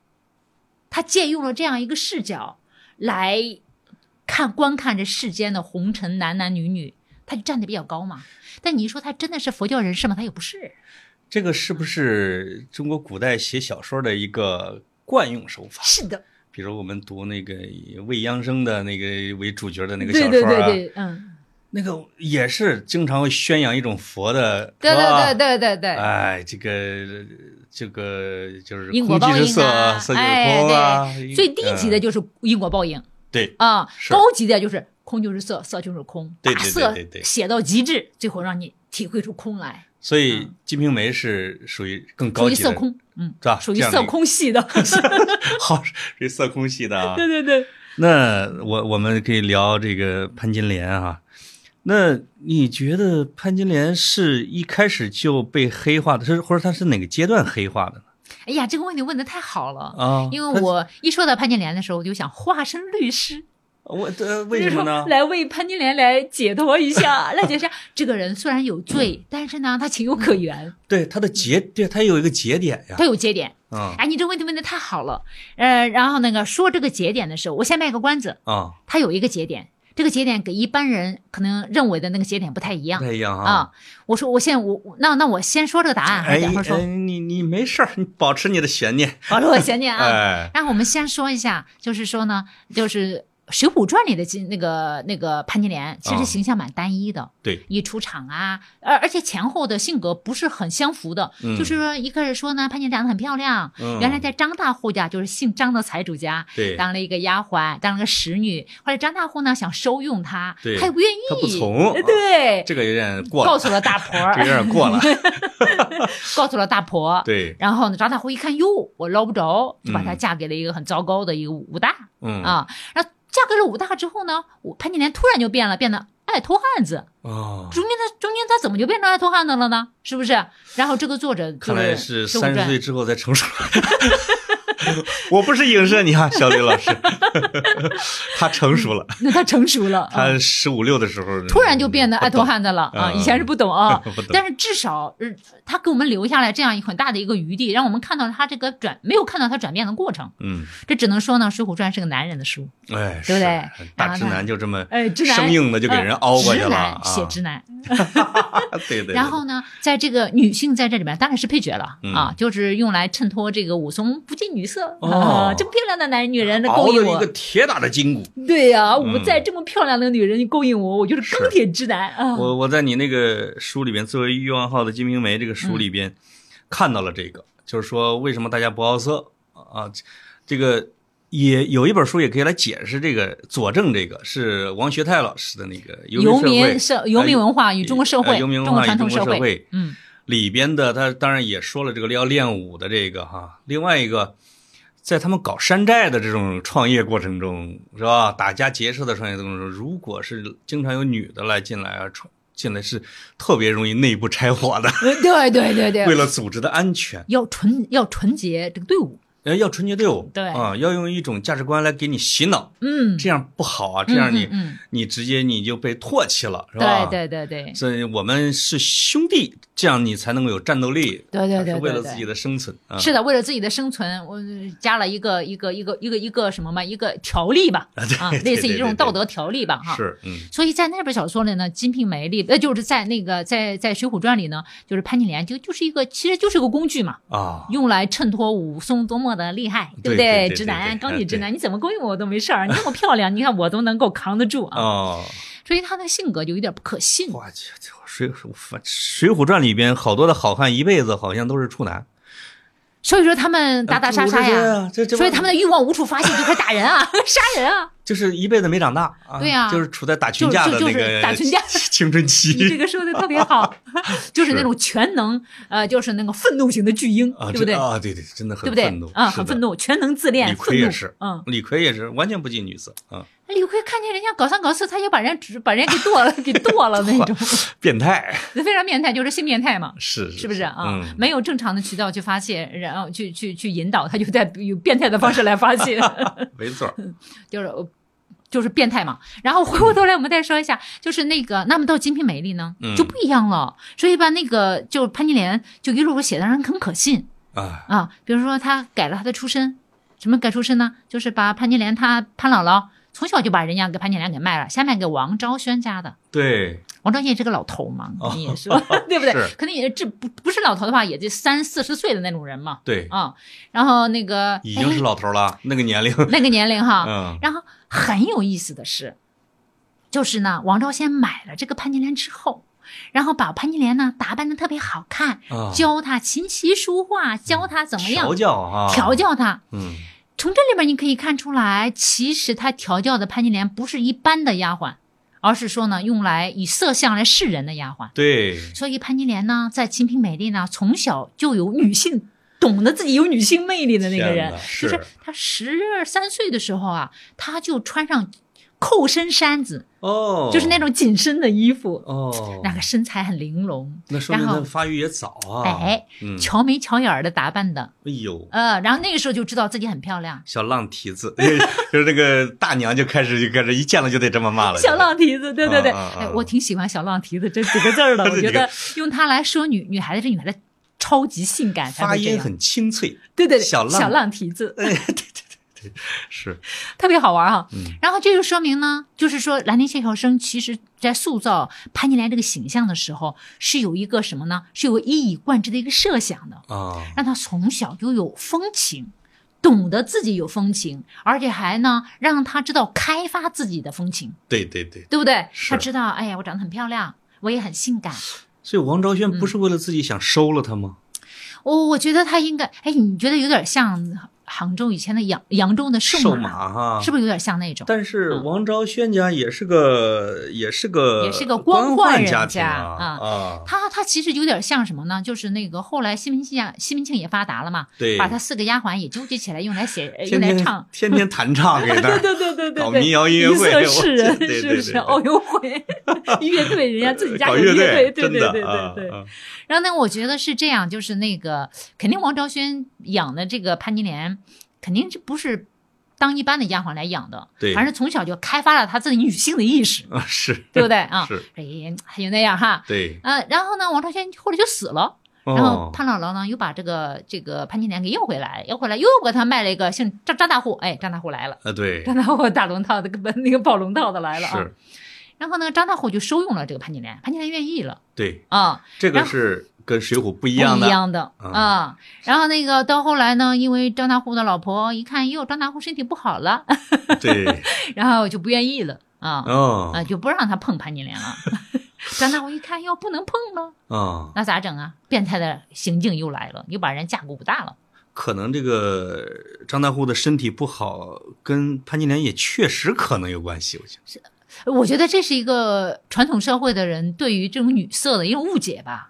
Speaker 2: 他借用了这样一个视角来看观看这世间的红尘男男女女，他就站得比较高嘛。但你说他真的是佛教人士吗？他也不是。
Speaker 1: 这个是不是中国古代写小说的一个惯用手法？
Speaker 2: 是的，
Speaker 1: 比如我们读那个以未央生的那个为主角的那个小
Speaker 2: 对
Speaker 1: 说啊，
Speaker 2: 对对对，嗯，
Speaker 1: 那个也是经常会宣扬一种佛的，
Speaker 2: 对
Speaker 1: 啊
Speaker 2: 对对对对对。
Speaker 1: 哎，这个这个就是
Speaker 2: 因果
Speaker 1: 空
Speaker 2: 报
Speaker 1: 即是
Speaker 2: 应
Speaker 1: 色
Speaker 2: 啊，
Speaker 1: 色即是
Speaker 2: 哎，
Speaker 1: 空
Speaker 2: 对，
Speaker 1: 啊，
Speaker 2: 最低级的
Speaker 1: 嗯
Speaker 2: 就是因果报应，
Speaker 1: 对
Speaker 2: 啊，
Speaker 1: 是
Speaker 2: 高级的就是空就是色，色就是空，
Speaker 1: 对
Speaker 2: 把
Speaker 1: 对对
Speaker 2: 色
Speaker 1: 对对
Speaker 2: 写到极致，最后让你体会出空来，
Speaker 1: 所以《
Speaker 2: 嗯
Speaker 1: 金瓶梅》是属于更
Speaker 2: 属
Speaker 1: 高
Speaker 2: 于
Speaker 1: 级
Speaker 2: 色
Speaker 1: 的，
Speaker 2: 空，嗯，
Speaker 1: 是吧？
Speaker 2: 属于
Speaker 1: 这样的
Speaker 2: 色，空系的，
Speaker 1: 好， 属于色空系的啊。
Speaker 2: 对对对，
Speaker 1: 那我我们可以聊这个潘金莲啊。那你觉得潘金莲是一开始就被黑化的，是或者她是哪个阶段黑化的呢？
Speaker 2: 哎呀，这个问题问的太好了。
Speaker 1: 啊，
Speaker 2: 因为我一说到潘金莲的时候，我就想化身律师，
Speaker 1: 她我这为什么呢
Speaker 2: 就是说？来为潘金莲来解脱一下，来解释这个人虽然有
Speaker 1: 嗯
Speaker 2: 罪，但是呢，他情有可原，
Speaker 1: 对她的节，对她有一个节点呀
Speaker 2: 他，有节点。
Speaker 1: 啊
Speaker 2: 哎，你这问题问的太好了。呃，然后那个说这个节点的时候，我先卖个关子，
Speaker 1: 啊，
Speaker 2: 它有一个节点，这个节点跟一般人可能认为的那个节点不太一
Speaker 1: 不
Speaker 2: 样
Speaker 1: 太一样啊。
Speaker 2: 啊。我说，我现在我我那那我先说这个答案，还
Speaker 1: 哎
Speaker 2: 是等会儿
Speaker 1: 哎，
Speaker 2: 说？
Speaker 1: 你你没事儿，你保持你的悬念。
Speaker 2: 保罗，我想想啊。
Speaker 1: 哎，
Speaker 2: 然后我们先说一下，就是说呢，就是《水浒传》里的金那个那个潘金莲，其
Speaker 1: 啊
Speaker 2: 实形象蛮单一的，
Speaker 1: 对，
Speaker 2: 一出场啊，而而且前后的性格不是很相符的。
Speaker 1: 嗯
Speaker 2: 就是说，一开始说呢，潘金莲长得很漂亮，
Speaker 1: 嗯
Speaker 2: 原来在张大户家，就是姓张的财主家，
Speaker 1: 对
Speaker 2: 当了一个丫鬟，当了个使女。后来张大户呢想收用她，
Speaker 1: 对
Speaker 2: 她也不愿意，呃
Speaker 1: 她不从
Speaker 2: 对，
Speaker 1: 这个有点过
Speaker 2: 告
Speaker 1: 了，
Speaker 2: 诉了大婆
Speaker 1: 这个有
Speaker 2: 儿，
Speaker 1: 点过了。
Speaker 2: 告诉了大婆。
Speaker 1: 对，
Speaker 2: 然后呢，张大户一看，哟，我捞不着，就把她
Speaker 1: 嗯
Speaker 2: 嫁给了一个很糟糕的一个武大、
Speaker 1: 嗯，
Speaker 2: 啊。然后嫁给了武大之后呢，我潘金莲突然就变了，变得爱偷汉子。
Speaker 1: 哦，
Speaker 2: 中间他中间他怎么就变成爱偷汉子了呢？是不是？然后这个作者就
Speaker 1: 看来
Speaker 2: 是
Speaker 1: 是
Speaker 2: 水浒
Speaker 1: 三十
Speaker 2: 传
Speaker 1: 岁之后才成熟。我不是影射你啊，小李老师，他成熟了，
Speaker 2: 那他成熟了，啊
Speaker 1: 他十五六的时候
Speaker 2: 突然就变得爱
Speaker 1: 不懂
Speaker 2: 脱汉子了啊！
Speaker 1: 嗯
Speaker 2: 以前是不懂啊
Speaker 1: 不懂，
Speaker 2: 但是至少呃他给我们留下来这样一很大的一个余地，让我们看到他这个转没有看到他转变的过程。
Speaker 1: 嗯，
Speaker 2: 这只能说呢，《水浒传》是个男人的书，
Speaker 1: 哎，
Speaker 2: 对不对
Speaker 1: 是大直男就这么
Speaker 2: 哎，直男
Speaker 1: 生硬的就给人凹过去
Speaker 2: 直
Speaker 1: 了
Speaker 2: 男
Speaker 1: 啊，
Speaker 2: 写直男。
Speaker 1: 对对对，
Speaker 2: 然后呢，在这个女性在这里边当然是配角了
Speaker 1: 嗯
Speaker 2: 啊，就是用来衬托这个武松不近女色
Speaker 1: 哦
Speaker 2: 啊，这么漂亮的男女人
Speaker 1: 熬
Speaker 2: 勾
Speaker 1: 了
Speaker 2: 引
Speaker 1: 一个
Speaker 2: 我。
Speaker 1: 铁打的筋骨。
Speaker 2: 对呀，
Speaker 1: 嗯
Speaker 2: 武在这么漂亮的女人勾引我，我就是钢铁直男啊。
Speaker 1: 我我在你那个书里边，作为欲望号的金瓶梅这个书里
Speaker 2: 嗯
Speaker 1: 边，看到了这个，就是说为什么大家不好色啊？这这个也有一本书也可以来解释这个，佐证这个是王学泰老师的那个《游
Speaker 2: 游
Speaker 1: 社会
Speaker 2: 民》社游民文化与中国社
Speaker 1: 呃
Speaker 2: 会、
Speaker 1: 游民文
Speaker 2: 中
Speaker 1: 化
Speaker 2: 国
Speaker 1: 与
Speaker 2: 传统
Speaker 1: 中国社
Speaker 2: 会
Speaker 1: 会，
Speaker 2: 嗯，
Speaker 1: 里边的，他当然也说了这个要练武的这个哈，另外一个。在他们搞山寨的这种创业过程中，是吧？打家劫舍的创业过程中，如果是经常有女的来进来啊，创进来是特别容易内部拆伙的。
Speaker 2: 对对对
Speaker 1: 为
Speaker 2: 对，
Speaker 1: 了组织的安全，
Speaker 2: 要纯要纯洁这个队伍，
Speaker 1: 呃，要纯洁队伍，
Speaker 2: 对
Speaker 1: 啊，要用一种价值观来给你洗脑，
Speaker 2: 嗯，
Speaker 1: 这样不好啊，这样你、
Speaker 2: 嗯，嗯
Speaker 1: 你直接你就被唾弃了，是吧？
Speaker 2: 嗯对对对对
Speaker 1: 所以我们是兄弟，这样你才能够有战斗力，
Speaker 2: 对对
Speaker 1: 是
Speaker 2: 对
Speaker 1: 为
Speaker 2: 对
Speaker 1: 了自己
Speaker 2: 对。
Speaker 1: 的生存啊。
Speaker 2: 是的，为了自己的生存，我呃加了一个一个一个一个一个什么嘛，一个条 例吧，啊，类似于这种道德啊条例吧，哈。
Speaker 1: 是，嗯
Speaker 2: 所以在那本小说里呢，《金瓶梅》里，呃，就是在那个在在《水浒传》里呢，就是潘金莲就就是一个，其实就是个工具嘛，
Speaker 1: 啊，
Speaker 2: 用来衬托武松多么的厉害，
Speaker 1: 对对
Speaker 2: 不
Speaker 1: 对对
Speaker 2: 直
Speaker 1: 对
Speaker 2: 男，钢
Speaker 1: 哎
Speaker 2: 铁直
Speaker 1: 对
Speaker 2: 男，你怎么勾引我都没事儿，你那么漂亮，你看我都能够扛得住 啊。
Speaker 1: 哦，
Speaker 2: 所以他的性格就有点不可信。
Speaker 1: 我去，这水《水浒传》里边好多的好汉一辈子好像都是处男，
Speaker 2: 所以说他们打打杀杀呀，
Speaker 1: 啊，这这
Speaker 2: 所以他们的欲望无处发泄，就开始打人 啊，杀人啊。
Speaker 1: 就是一辈子没长大啊，
Speaker 2: 对呀
Speaker 1: 就是处在打群架的
Speaker 2: 就
Speaker 1: 那
Speaker 2: 就就是
Speaker 1: 个
Speaker 2: 打群架
Speaker 1: 青 春期，
Speaker 2: 你这个说的特别 好，就是那种全能，呃，就是那个愤怒型的巨婴，
Speaker 1: 啊，
Speaker 2: 对不
Speaker 1: 这
Speaker 2: 对？
Speaker 1: 啊，对对，真的
Speaker 2: 对
Speaker 1: 很
Speaker 2: 不
Speaker 1: 愤怒
Speaker 2: 对？啊，
Speaker 1: 是
Speaker 2: 很
Speaker 1: 的
Speaker 2: 愤。怒，全能自恋，
Speaker 1: 李
Speaker 2: 愤
Speaker 1: 逵
Speaker 2: 怒
Speaker 1: 也是，
Speaker 2: 嗯，
Speaker 1: 李逵也是完全不近女色 啊，
Speaker 2: 李逵哎看见人家搞三搞四，他就把人家 把人家给剁了，给剁了那 种，
Speaker 1: 变态
Speaker 2: 非常变态，就是性变态嘛。
Speaker 1: 是
Speaker 2: 是不是啊？
Speaker 1: 嗯，
Speaker 2: 没有正常的渠道去发泄，然后去去去引导，他就在用变态的方式来发泄，
Speaker 1: 没错儿，
Speaker 2: 就是呃就是变态嘛。然后回过头来，我们再说一下，就是那个，那么到《金瓶梅》里呢，
Speaker 1: 嗯
Speaker 2: 就不一样了。所以吧，那个就潘金莲就一路写的人很可信
Speaker 1: 啊，
Speaker 2: 啊，比如说她改了她的出身，什么改出身呢？就是把潘金莲她潘姥姥从小就把人家给潘金莲给卖了，先卖给王昭宣家的。
Speaker 1: 对，
Speaker 2: 王昭宣也是个老头嘛
Speaker 1: 哦，
Speaker 2: 你 也说、对不对
Speaker 1: 是？
Speaker 2: 可能也这不不是老头的话，也就三四十岁的那种人嘛，
Speaker 1: 对，
Speaker 2: 啊、然后那个
Speaker 1: 已经是
Speaker 2: 哎
Speaker 1: 老头儿了，那个年龄，
Speaker 2: 那个年龄哈，
Speaker 1: 嗯，
Speaker 2: 然后很有意思的是，就是呢，王昭先买了这个潘金莲之后，然后把潘金莲呢打扮的特别好看，
Speaker 1: 啊嗯
Speaker 2: 教她琴棋书画，教她怎么样、
Speaker 1: 调教啊，
Speaker 2: 调，教她。
Speaker 1: 嗯，
Speaker 2: 从这里边你可以看出来，其实她调教的潘金莲不是一般的丫鬟，而是说呢，用来以色相来示人的丫鬟。
Speaker 1: 对，
Speaker 2: 所以潘金莲呢，在《清平美丽》呢，从小就有女性，懂得自己有女性魅力的那个
Speaker 1: 天
Speaker 2: 人
Speaker 1: 哪，
Speaker 2: 就是是她十二三岁的时候啊，她就穿上扣身衫子，
Speaker 1: 哦，
Speaker 2: 就是那，种紧身的衣服，
Speaker 1: 哦，
Speaker 2: 那个身材很玲珑，
Speaker 1: 那说明
Speaker 2: 然
Speaker 1: 他
Speaker 2: 后
Speaker 1: 发育也早啊，
Speaker 2: 哎，
Speaker 1: 嗯，哎
Speaker 2: 乔眉乔眼儿的打扮的，
Speaker 1: 呦，
Speaker 2: 呃，然后那个时候就知道自己很漂亮，
Speaker 1: 小浪蹄子， 就是那个大娘就开始就开始一见了就得这么骂了，
Speaker 2: 小浪蹄子，对对对，
Speaker 1: 啊啊啊
Speaker 2: 哎，我挺喜欢“小浪蹄子”这几个字 儿的，
Speaker 1: 这
Speaker 2: 我
Speaker 1: 几个
Speaker 2: 觉得用它来说女女孩子，这女孩子超级性感，才
Speaker 1: 发
Speaker 2: 会这
Speaker 1: 音
Speaker 2: 样。
Speaker 1: 很清脆，
Speaker 2: 对对对，
Speaker 1: 小浪
Speaker 2: 小浪蹄子，
Speaker 1: 是，
Speaker 2: 特别好玩哈、
Speaker 1: 嗯
Speaker 2: 然后这就说明呢，就是说兰陵谢晓生其实在塑造潘金莲这个形象的时候，是有一个什么呢？是有一以贯之的一个设想的，
Speaker 1: 啊，
Speaker 2: 让她从小就有风情。懂得自己有风情，而且还呢，让她知道开发自己的风情，
Speaker 1: 对对对，
Speaker 2: 对不对？
Speaker 1: 是
Speaker 2: 她知道，哎呀，我长得很漂亮，我也很性感，
Speaker 1: 所以王昭轩
Speaker 2: 嗯
Speaker 1: 不是为了自己想收了他吗？
Speaker 2: 我、哦我觉得她应该，哎，你觉得有点像杭州以前的扬扬州的
Speaker 1: 瘦
Speaker 2: 瘦马，
Speaker 1: 马哈，
Speaker 2: 是不是有点像那种？
Speaker 1: 但是
Speaker 2: 嗯
Speaker 1: 王昭轩家也是个，也是个，
Speaker 2: 也是个
Speaker 1: 官
Speaker 2: 官
Speaker 1: 宦
Speaker 2: 宦人
Speaker 1: 家
Speaker 2: 家
Speaker 1: 庭啊啊，
Speaker 2: 他他其实有点像什么呢？就是那个后来西门庆呀，西门庆也发达了嘛，
Speaker 1: 对，
Speaker 2: 把他四个丫鬟也纠集起来，用来 写，呃
Speaker 1: 天
Speaker 2: 用来
Speaker 1: 天
Speaker 2: 唱。，
Speaker 1: 天天弹 唱给那儿
Speaker 2: 对对对
Speaker 1: 搞民谣音乐会
Speaker 2: 一色示
Speaker 1: 我
Speaker 2: 人
Speaker 1: 对对
Speaker 2: 是不
Speaker 1: 对
Speaker 2: 是？
Speaker 1: 对
Speaker 2: 奥运会乐队，人家自己家
Speaker 1: 搞
Speaker 2: 有乐
Speaker 1: 队，
Speaker 2: 对
Speaker 1: 真
Speaker 2: 对
Speaker 1: 的
Speaker 2: 对对
Speaker 1: 啊
Speaker 2: 对。
Speaker 1: 啊
Speaker 2: 然后呢，我觉得是这样，就是那个肯定王昭轩养的这个潘金莲，肯定这不是当一般的丫鬟来养的，
Speaker 1: 对
Speaker 2: 而是从小就开发了她自己女性的意识，
Speaker 1: 啊，是，
Speaker 2: 对不对啊？
Speaker 1: 是，
Speaker 2: 哎，还有那样哈，
Speaker 1: 对，
Speaker 2: 呃，然后呢，王朝轩后来就死了。
Speaker 1: 哦，
Speaker 2: 然后潘姥姥呢又把这个这个潘金莲给要回来，要回来又给他卖了一个姓张张大户，哎，张大户来了，
Speaker 1: 啊，对，
Speaker 2: 张大户打龙套的跟那个抱龙套的来了啊。
Speaker 1: 是，
Speaker 2: 然后呢，张大户就收用了这个潘金莲，潘金莲愿意了
Speaker 1: 对，
Speaker 2: 啊，
Speaker 1: 这个
Speaker 2: 然后
Speaker 1: 是跟《水浒》不一
Speaker 2: 不
Speaker 1: 样的，
Speaker 2: 的
Speaker 1: 嗯
Speaker 2: 啊。然后那个到后来呢，因为张大户的老婆一看，哟，张大户身体不好了，
Speaker 1: 对，
Speaker 2: 然后就不愿意了啊
Speaker 1: 哦，
Speaker 2: 啊，就不让他碰潘金莲了。 张大户一看，哟，不能碰了，
Speaker 1: 哦，
Speaker 2: 那咋整啊？变态的行径又来了，又把人架鼓大了。
Speaker 1: 可能这个张大户的身体不好，跟潘金莲也确实可能有关系，我觉
Speaker 2: 哦
Speaker 1: 得，
Speaker 2: 我觉得这是一个传统社会的人对于这种女色的一种误解吧？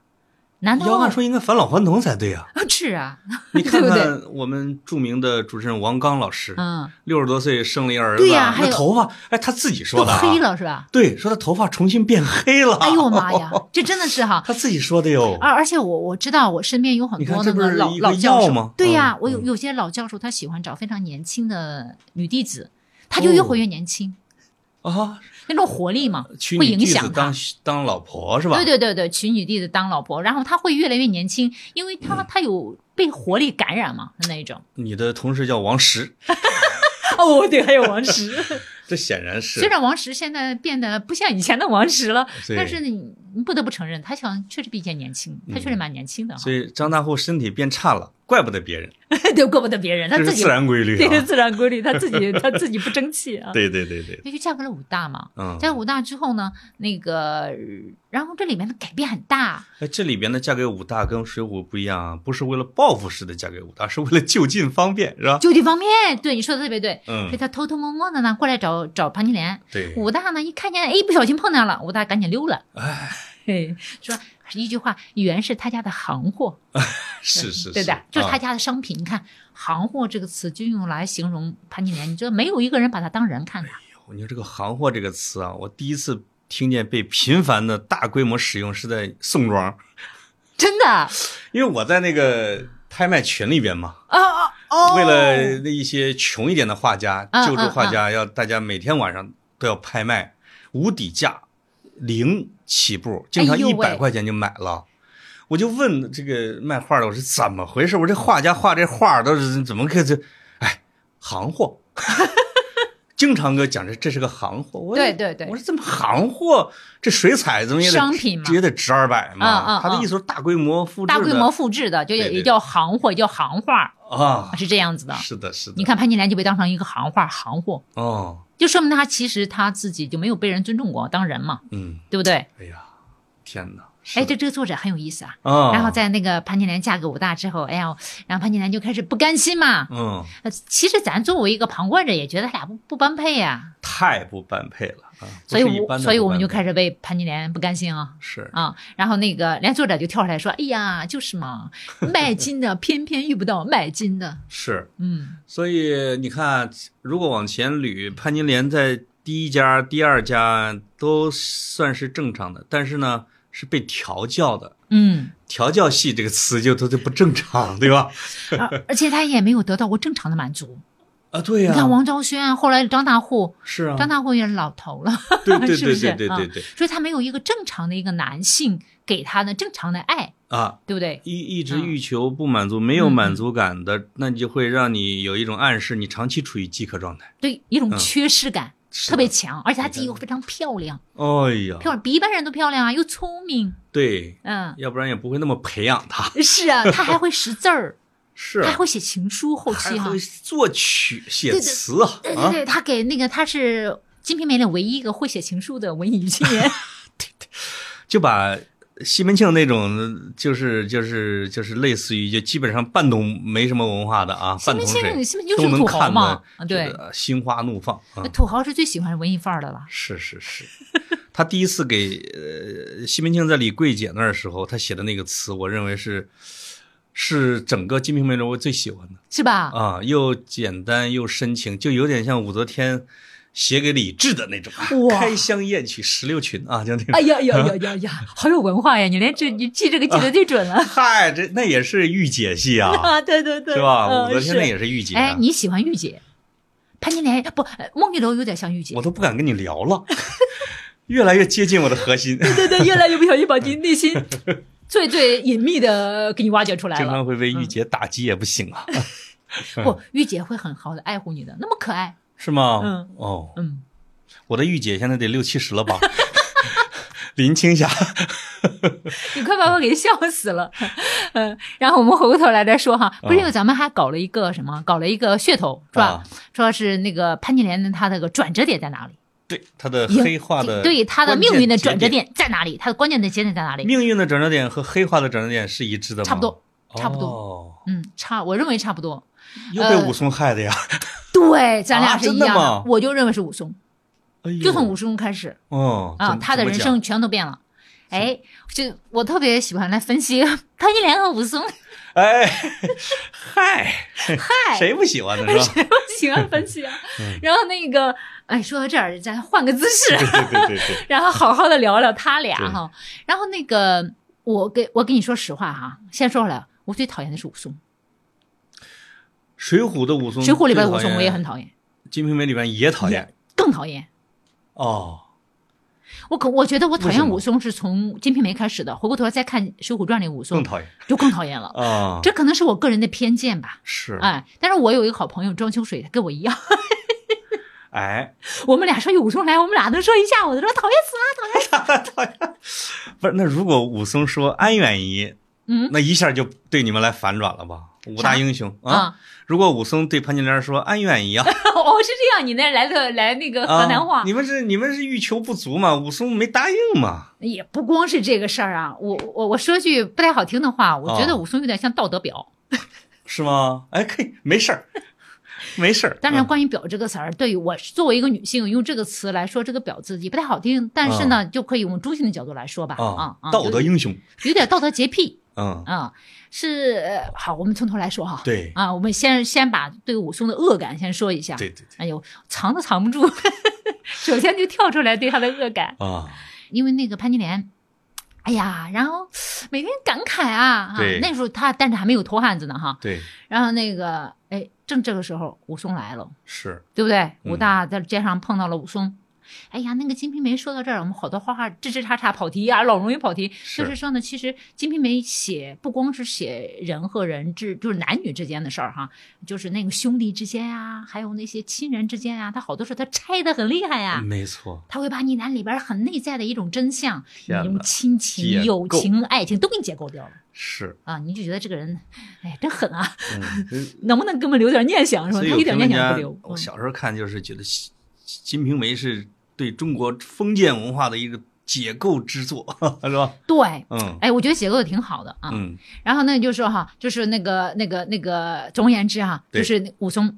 Speaker 2: 难
Speaker 1: 要
Speaker 2: 道
Speaker 1: 按说应该返老还童才对 啊。
Speaker 2: 是啊？
Speaker 1: 你看
Speaker 2: 对不对
Speaker 1: 看我们著名的主持人王刚老师，
Speaker 2: 嗯，
Speaker 1: 六十多岁生了一儿子，
Speaker 2: 对呀还
Speaker 1: 那
Speaker 2: 有
Speaker 1: 头发，哎，他自己说
Speaker 2: 都
Speaker 1: 的、啊，
Speaker 2: 黑了是吧？
Speaker 1: 对，说他头发重新变黑了，
Speaker 2: 哎呦我妈呀，这真的是哈！
Speaker 1: 他自己说的哟。
Speaker 2: 而而且我我知道我身边有很
Speaker 1: 你看
Speaker 2: 多
Speaker 1: 这
Speaker 2: 那
Speaker 1: 不是
Speaker 2: 老
Speaker 1: 一个
Speaker 2: 老教
Speaker 1: 药
Speaker 2: 授
Speaker 1: 吗，
Speaker 2: 对呀
Speaker 1: 嗯，
Speaker 2: 我有
Speaker 1: 嗯
Speaker 2: 有些老教授他喜欢找非常年轻的女弟子，他
Speaker 1: 哦
Speaker 2: 就越活越年轻，
Speaker 1: 啊，
Speaker 2: 那种活力嘛，
Speaker 1: 娶
Speaker 2: 会
Speaker 1: 女
Speaker 2: 影
Speaker 1: 弟
Speaker 2: 响
Speaker 1: 子
Speaker 2: 他
Speaker 1: 当当老婆是吧？
Speaker 2: 对对对对，娶女弟子当老婆，然后他会越来越年轻，因为
Speaker 1: 嗯
Speaker 2: 他他有被活力感染嘛，那 一种。
Speaker 1: 你的同事叫王 石，
Speaker 2: 哦，对，还有王石。
Speaker 1: 这显然是
Speaker 2: 虽然王石现在变得不像以前的王石了，
Speaker 1: 对
Speaker 2: 但是你你不得不承认，他好像确实比以前年轻，他确实蛮年轻的哈
Speaker 1: 嗯所。以张大户身体变差了，怪不得别人，
Speaker 2: 对，怪不得别人，他
Speaker 1: 这
Speaker 2: 自
Speaker 1: 是
Speaker 2: 己
Speaker 1: 自然规律
Speaker 2: 对
Speaker 1: 啊。
Speaker 2: 自然规律，他自己他自己不争气啊。
Speaker 1: 对对对对，
Speaker 2: 那就嫁给了武大嘛。
Speaker 1: 嗯
Speaker 2: 嫁，给武大之后呢，那个呃然后这里面的改变很大，
Speaker 1: 哎，这里边的嫁给武大跟《水浒》不一样啊，不是为了报复式的嫁给武大，是为了就近方便，是吧？
Speaker 2: 就这方面，对你说的特别对。所以
Speaker 1: 嗯，
Speaker 2: 他偷偷摸摸的呢过来找找潘金莲，
Speaker 1: 对，
Speaker 2: 武大呢一看见，哎，一不小心碰到了，武大赶紧溜了。 哎，说一句话，原是他家的行货，
Speaker 1: 是是是，
Speaker 2: 对的，就是他
Speaker 1: 啊
Speaker 2: 家的商品。你看“行货”这个词就用来形容潘金莲，你知道没有一个人把她当人看的。
Speaker 1: 你说这个“行货”这个词啊，我第一次听见被频繁的大规模使用是在宋庄，
Speaker 2: 真的。
Speaker 1: 因为我在那个拍卖群里边嘛，
Speaker 2: 哦哦哦
Speaker 1: 为了那一些穷一点的画家、
Speaker 2: 嗯
Speaker 1: 救助画
Speaker 2: 嗯
Speaker 1: 家，要大家每天晚上都要拍卖，无底价，零起步，经常
Speaker 2: 哎呦
Speaker 1: 一
Speaker 2: 喂
Speaker 1: 百块钱就买了。我就问这个卖画的，我说怎么回事？我这画家画这画都是怎么可这？哎，行 货，经常给我讲这这是个行货。我
Speaker 2: 对对对
Speaker 1: 我说这么行货，这水彩怎么也得
Speaker 2: 商品嘛
Speaker 1: 也得值二百
Speaker 2: 嗯
Speaker 1: 嘛。
Speaker 2: 嗯
Speaker 1: 他的意思是大规模复制的，
Speaker 2: 大规模复制的，就
Speaker 1: 对
Speaker 2: 也
Speaker 1: 对
Speaker 2: 也叫行货，也叫行话，
Speaker 1: 啊，
Speaker 2: 是这样子的。
Speaker 1: 是的，是的，
Speaker 2: 你看潘金莲就被当成一个行话、行货，
Speaker 1: 哦，
Speaker 2: 就说明她其实她自己就没有被人尊重过，当人嘛，
Speaker 1: 嗯。
Speaker 2: 对不对？
Speaker 1: 哎呀，天哪！
Speaker 2: 哎，这这个作者很有意思啊。
Speaker 1: 啊，
Speaker 2: 然后在那个潘金莲嫁给武大之后，哎呀，然后潘金莲就开始不甘心嘛。
Speaker 1: 嗯，
Speaker 2: 呃其实咱作为一个旁观者，也觉得他俩不不般配呀、
Speaker 1: 太不般配了啊！
Speaker 2: 所以
Speaker 1: 不是一
Speaker 2: 我
Speaker 1: 般的
Speaker 2: 所以我们就
Speaker 1: 不般配
Speaker 2: 开始为潘金莲不甘心啊
Speaker 1: 是
Speaker 2: 啊！然后那个连作者就跳出来说：“哎呀，就 是嘛，卖金的偏偏遇不到卖金的。
Speaker 1: 是，”
Speaker 2: 嗯，
Speaker 1: 所以你看，如果往前捋，潘金莲在第一家、第二家都算是正常的，但是呢，是被调教的。
Speaker 2: 嗯，
Speaker 1: 调教系这个词就它就不正常，对吧？
Speaker 2: 嗯而而且他也没有得到过正常的满足。
Speaker 1: 啊，对
Speaker 2: 你
Speaker 1: 呀、
Speaker 2: 看王昭轩，后来张大户，
Speaker 1: 是啊，
Speaker 2: 张大户也是老头了，
Speaker 1: 对对
Speaker 2: 是不
Speaker 1: 对
Speaker 2: 是啊
Speaker 1: 对对对对
Speaker 2: 所以他没有一个正常的一个男性给他的正常的爱，
Speaker 1: 啊，
Speaker 2: 对不对？
Speaker 1: 一一直
Speaker 2: 嗯
Speaker 1: 欲求不满足、没有满足感的，那你就会让你有一种暗示，你长期处于饥渴状态。
Speaker 2: 对，一种
Speaker 1: 嗯
Speaker 2: 缺失感
Speaker 1: 是
Speaker 2: 特别
Speaker 1: 的，
Speaker 2: 强，而且他自己又
Speaker 1: 对
Speaker 2: 非常漂亮，
Speaker 1: 哎呀，
Speaker 2: 漂亮比一般人都漂亮啊，又聪明，
Speaker 1: 对，
Speaker 2: 嗯。
Speaker 1: 要不然也不会那么培养他。
Speaker 2: 是啊，他还会识字儿，
Speaker 1: 是啊
Speaker 2: 他还会写情书，后期
Speaker 1: 还
Speaker 2: 哈、
Speaker 1: 会作曲、写
Speaker 2: 对对
Speaker 1: 词啊
Speaker 2: 对对
Speaker 1: 啊！
Speaker 2: 对，他给那个他是《金瓶梅》里唯一一个会写情书的文艺女青 年。
Speaker 1: 就把西门庆那种，就是就是就是类似于，就基本上半懂没什么文化的啊，
Speaker 2: 西
Speaker 1: 半
Speaker 2: 门
Speaker 1: 桶
Speaker 2: 庆，
Speaker 1: 水
Speaker 2: 西门庆就
Speaker 1: 都
Speaker 2: 是
Speaker 1: 能
Speaker 2: 土豪
Speaker 1: 看
Speaker 2: 嘛
Speaker 1: 的，
Speaker 2: 啊，对，，
Speaker 1: 心花怒放啊
Speaker 2: 那！土豪是最喜欢文艺范儿的了。
Speaker 1: 是是是， 他第一次给呃西门庆在李桂姐那儿的时候，他写的那个词，我认为是是整个《金瓶梅》中我最喜欢的。
Speaker 2: 是吧？
Speaker 1: 啊，又简单又深情，就有点像武则天写给李志的那种啊
Speaker 2: 哇
Speaker 1: 开箱艳曲十六群啊，就那种。
Speaker 2: 哎呀呀呀呀呀，好有文化呀！你连这你记这个记得最准了
Speaker 1: 嗨，这那也是御姐戏啊，
Speaker 2: 啊！对对对，
Speaker 1: 是吧？武
Speaker 2: 嗯
Speaker 1: 则天那
Speaker 2: 是
Speaker 1: 也是御姐啊。
Speaker 2: 哎，你喜欢御姐，潘金莲不，呃孟玉楼有点像御姐
Speaker 1: 我。都不敢跟你聊了， 越来越接近我的核心，
Speaker 2: 对对，越来越不小心把你内心最最隐秘的给你挖掘出来
Speaker 1: 经
Speaker 2: 了。嗯
Speaker 1: 常会被御姐打击也不行 啊，
Speaker 2: 不，御姐会很好的爱护你的，那么可爱。
Speaker 1: 是吗？
Speaker 2: 嗯
Speaker 1: 哦，
Speaker 2: 嗯，
Speaker 1: 我的御姐现在得六七十 了吧？林青霞，
Speaker 2: 你快把我给笑死了。嗯，然后我们回过头来再说哈，不是因为咱们还搞了一个什么，搞了一个噱头是
Speaker 1: 嗯
Speaker 2: 吧
Speaker 1: 啊？
Speaker 2: 说是那个潘金莲的她那个转折点在哪里？
Speaker 1: 对她的黑化的，
Speaker 2: 对她的命运的转折
Speaker 1: 点，
Speaker 2: 点在哪里？她的关键的节点在哪里？
Speaker 1: 命运的转折点和黑化的转折点是一致的吗？
Speaker 2: 差不多，差不多
Speaker 1: 哦，
Speaker 2: 嗯，差，我认为差不
Speaker 1: 啊
Speaker 2: 多。
Speaker 1: 又被武松害的呀！
Speaker 2: 对，咱俩
Speaker 1: 啊
Speaker 2: 是一
Speaker 1: 真的
Speaker 2: 样
Speaker 1: 吗
Speaker 2: 我就认为是武松，
Speaker 1: 哎呦
Speaker 2: 就呃从武松开始。
Speaker 1: 哦
Speaker 2: 啊，
Speaker 1: 怎
Speaker 2: 他的人
Speaker 1: 怎么
Speaker 2: 生全都变了。哎，就我特别喜欢来分析 潘金莲和武松，
Speaker 1: 讲哎，嗨，
Speaker 2: 嗨，
Speaker 1: 谁嗯不喜欢呢？是 吧？
Speaker 2: 我喜欢分析啊。然后那个，哎，说到这儿，咱换个姿势，
Speaker 1: 对对对对，
Speaker 2: 然后好好的聊聊他俩
Speaker 1: 对
Speaker 2: 哈。然后那个，我给我跟你说实话哈，先说回来，我最讨厌的是武松，
Speaker 1: 水浒的武松，
Speaker 2: 《水浒》里边的武松我也很，讨厌，
Speaker 1: 《金瓶梅》里边也讨厌
Speaker 2: 也更讨厌。
Speaker 1: 哦。
Speaker 2: 我可我觉得我讨
Speaker 1: 为什
Speaker 2: 厌
Speaker 1: 么
Speaker 2: 武松是从《金瓶梅》开始的，回过头来再看《水浒传》里武
Speaker 1: 更
Speaker 2: 松
Speaker 1: 讨厌
Speaker 2: 就更讨厌了。
Speaker 1: 啊！
Speaker 2: 这可能是我个人的偏见吧。
Speaker 1: 是
Speaker 2: 哎，但是我有一个好朋友庄秋水，跟我一样，
Speaker 1: 哎，
Speaker 2: 我们俩说起武松来，我们俩能说一下午的，说讨厌死了。
Speaker 1: 不是那如果武松说安远仪，
Speaker 2: 嗯
Speaker 1: 那一下就对你们来反转了吧？五大
Speaker 2: 啥
Speaker 1: 英雄啊！如果武松对潘金莲说安远仪啊
Speaker 2: 哦，是这样，你那来的来那 个河南话，
Speaker 1: 啊，你们是你们是欲求不足嘛？武松没答应嘛？
Speaker 2: 也不光是这个事儿啊。我我我说句不太好听的话，我觉
Speaker 1: 啊
Speaker 2: 得武松有点像道德表。
Speaker 1: 是吗？哎，可以，没事儿， 没事儿。
Speaker 2: 当然，
Speaker 1: 嗯，
Speaker 2: 关于“表”这个词儿，对于我作为一个女性，用这个词来说这个“表”字也不太好听，但是呢，就可以用中性的角度来说吧。啊
Speaker 1: 啊，
Speaker 2: 啊，
Speaker 1: 道德
Speaker 2: 有
Speaker 1: 英雄，
Speaker 2: 有点道德洁癖
Speaker 1: 嗯，
Speaker 2: 啊。是呃好，我们从头来说哈。
Speaker 1: 对
Speaker 2: 啊，我们先先把对武松的恶感先说一下。
Speaker 1: 对对对
Speaker 2: 哎呦，藏都藏不住， 首先就跳出来对他的恶感，
Speaker 1: 啊，
Speaker 2: 因为那个潘金莲，哎呀，然后每天感慨啊，啊
Speaker 1: 对
Speaker 2: 那时候他但是还没有脱汉子呢哈，
Speaker 1: 对，
Speaker 2: 然后那个哎，正这个时候武松来了，
Speaker 1: 是
Speaker 2: 对不对？
Speaker 1: 嗯
Speaker 2: 武大在街上碰到了武松。哎呀，那个《金瓶梅》说到这儿，我们好多话话枝枝叉叉跑题啊，老容易跑题。
Speaker 1: 是
Speaker 2: 就是说呢，其实《金瓶梅》写不光是写人和人之，就是男女之间的事儿哈，就是那个兄弟之间啊，还有那些亲人之间啊，他好多事儿他拆的很厉害呀、
Speaker 1: 没错，
Speaker 2: 他会把你那里边很内在的一种真相，你
Speaker 1: 天哪
Speaker 2: 用亲
Speaker 1: 解
Speaker 2: 情、
Speaker 1: 构
Speaker 2: 友情、爱情都给你解构掉了
Speaker 1: 是，
Speaker 2: 啊！你就觉得这个人，哎，真狠啊！
Speaker 1: 嗯，
Speaker 2: 能不能给我们留点念想是吧？
Speaker 1: 所以
Speaker 2: 他
Speaker 1: 有
Speaker 2: 一点
Speaker 1: 评
Speaker 2: 念
Speaker 1: 论
Speaker 2: 想
Speaker 1: 家
Speaker 2: 不留，。
Speaker 1: 我
Speaker 2: 嗯
Speaker 1: 小时候看就是觉得西《金瓶梅》是对中国封建文化的一个解构之作， 是吧？
Speaker 2: 对，
Speaker 1: 嗯
Speaker 2: 哎，我觉得解构的挺好的啊。
Speaker 1: 嗯，
Speaker 2: 然后呢，就说哈，就是那个那个那个，总而言之哈，
Speaker 1: 对
Speaker 2: 就是武松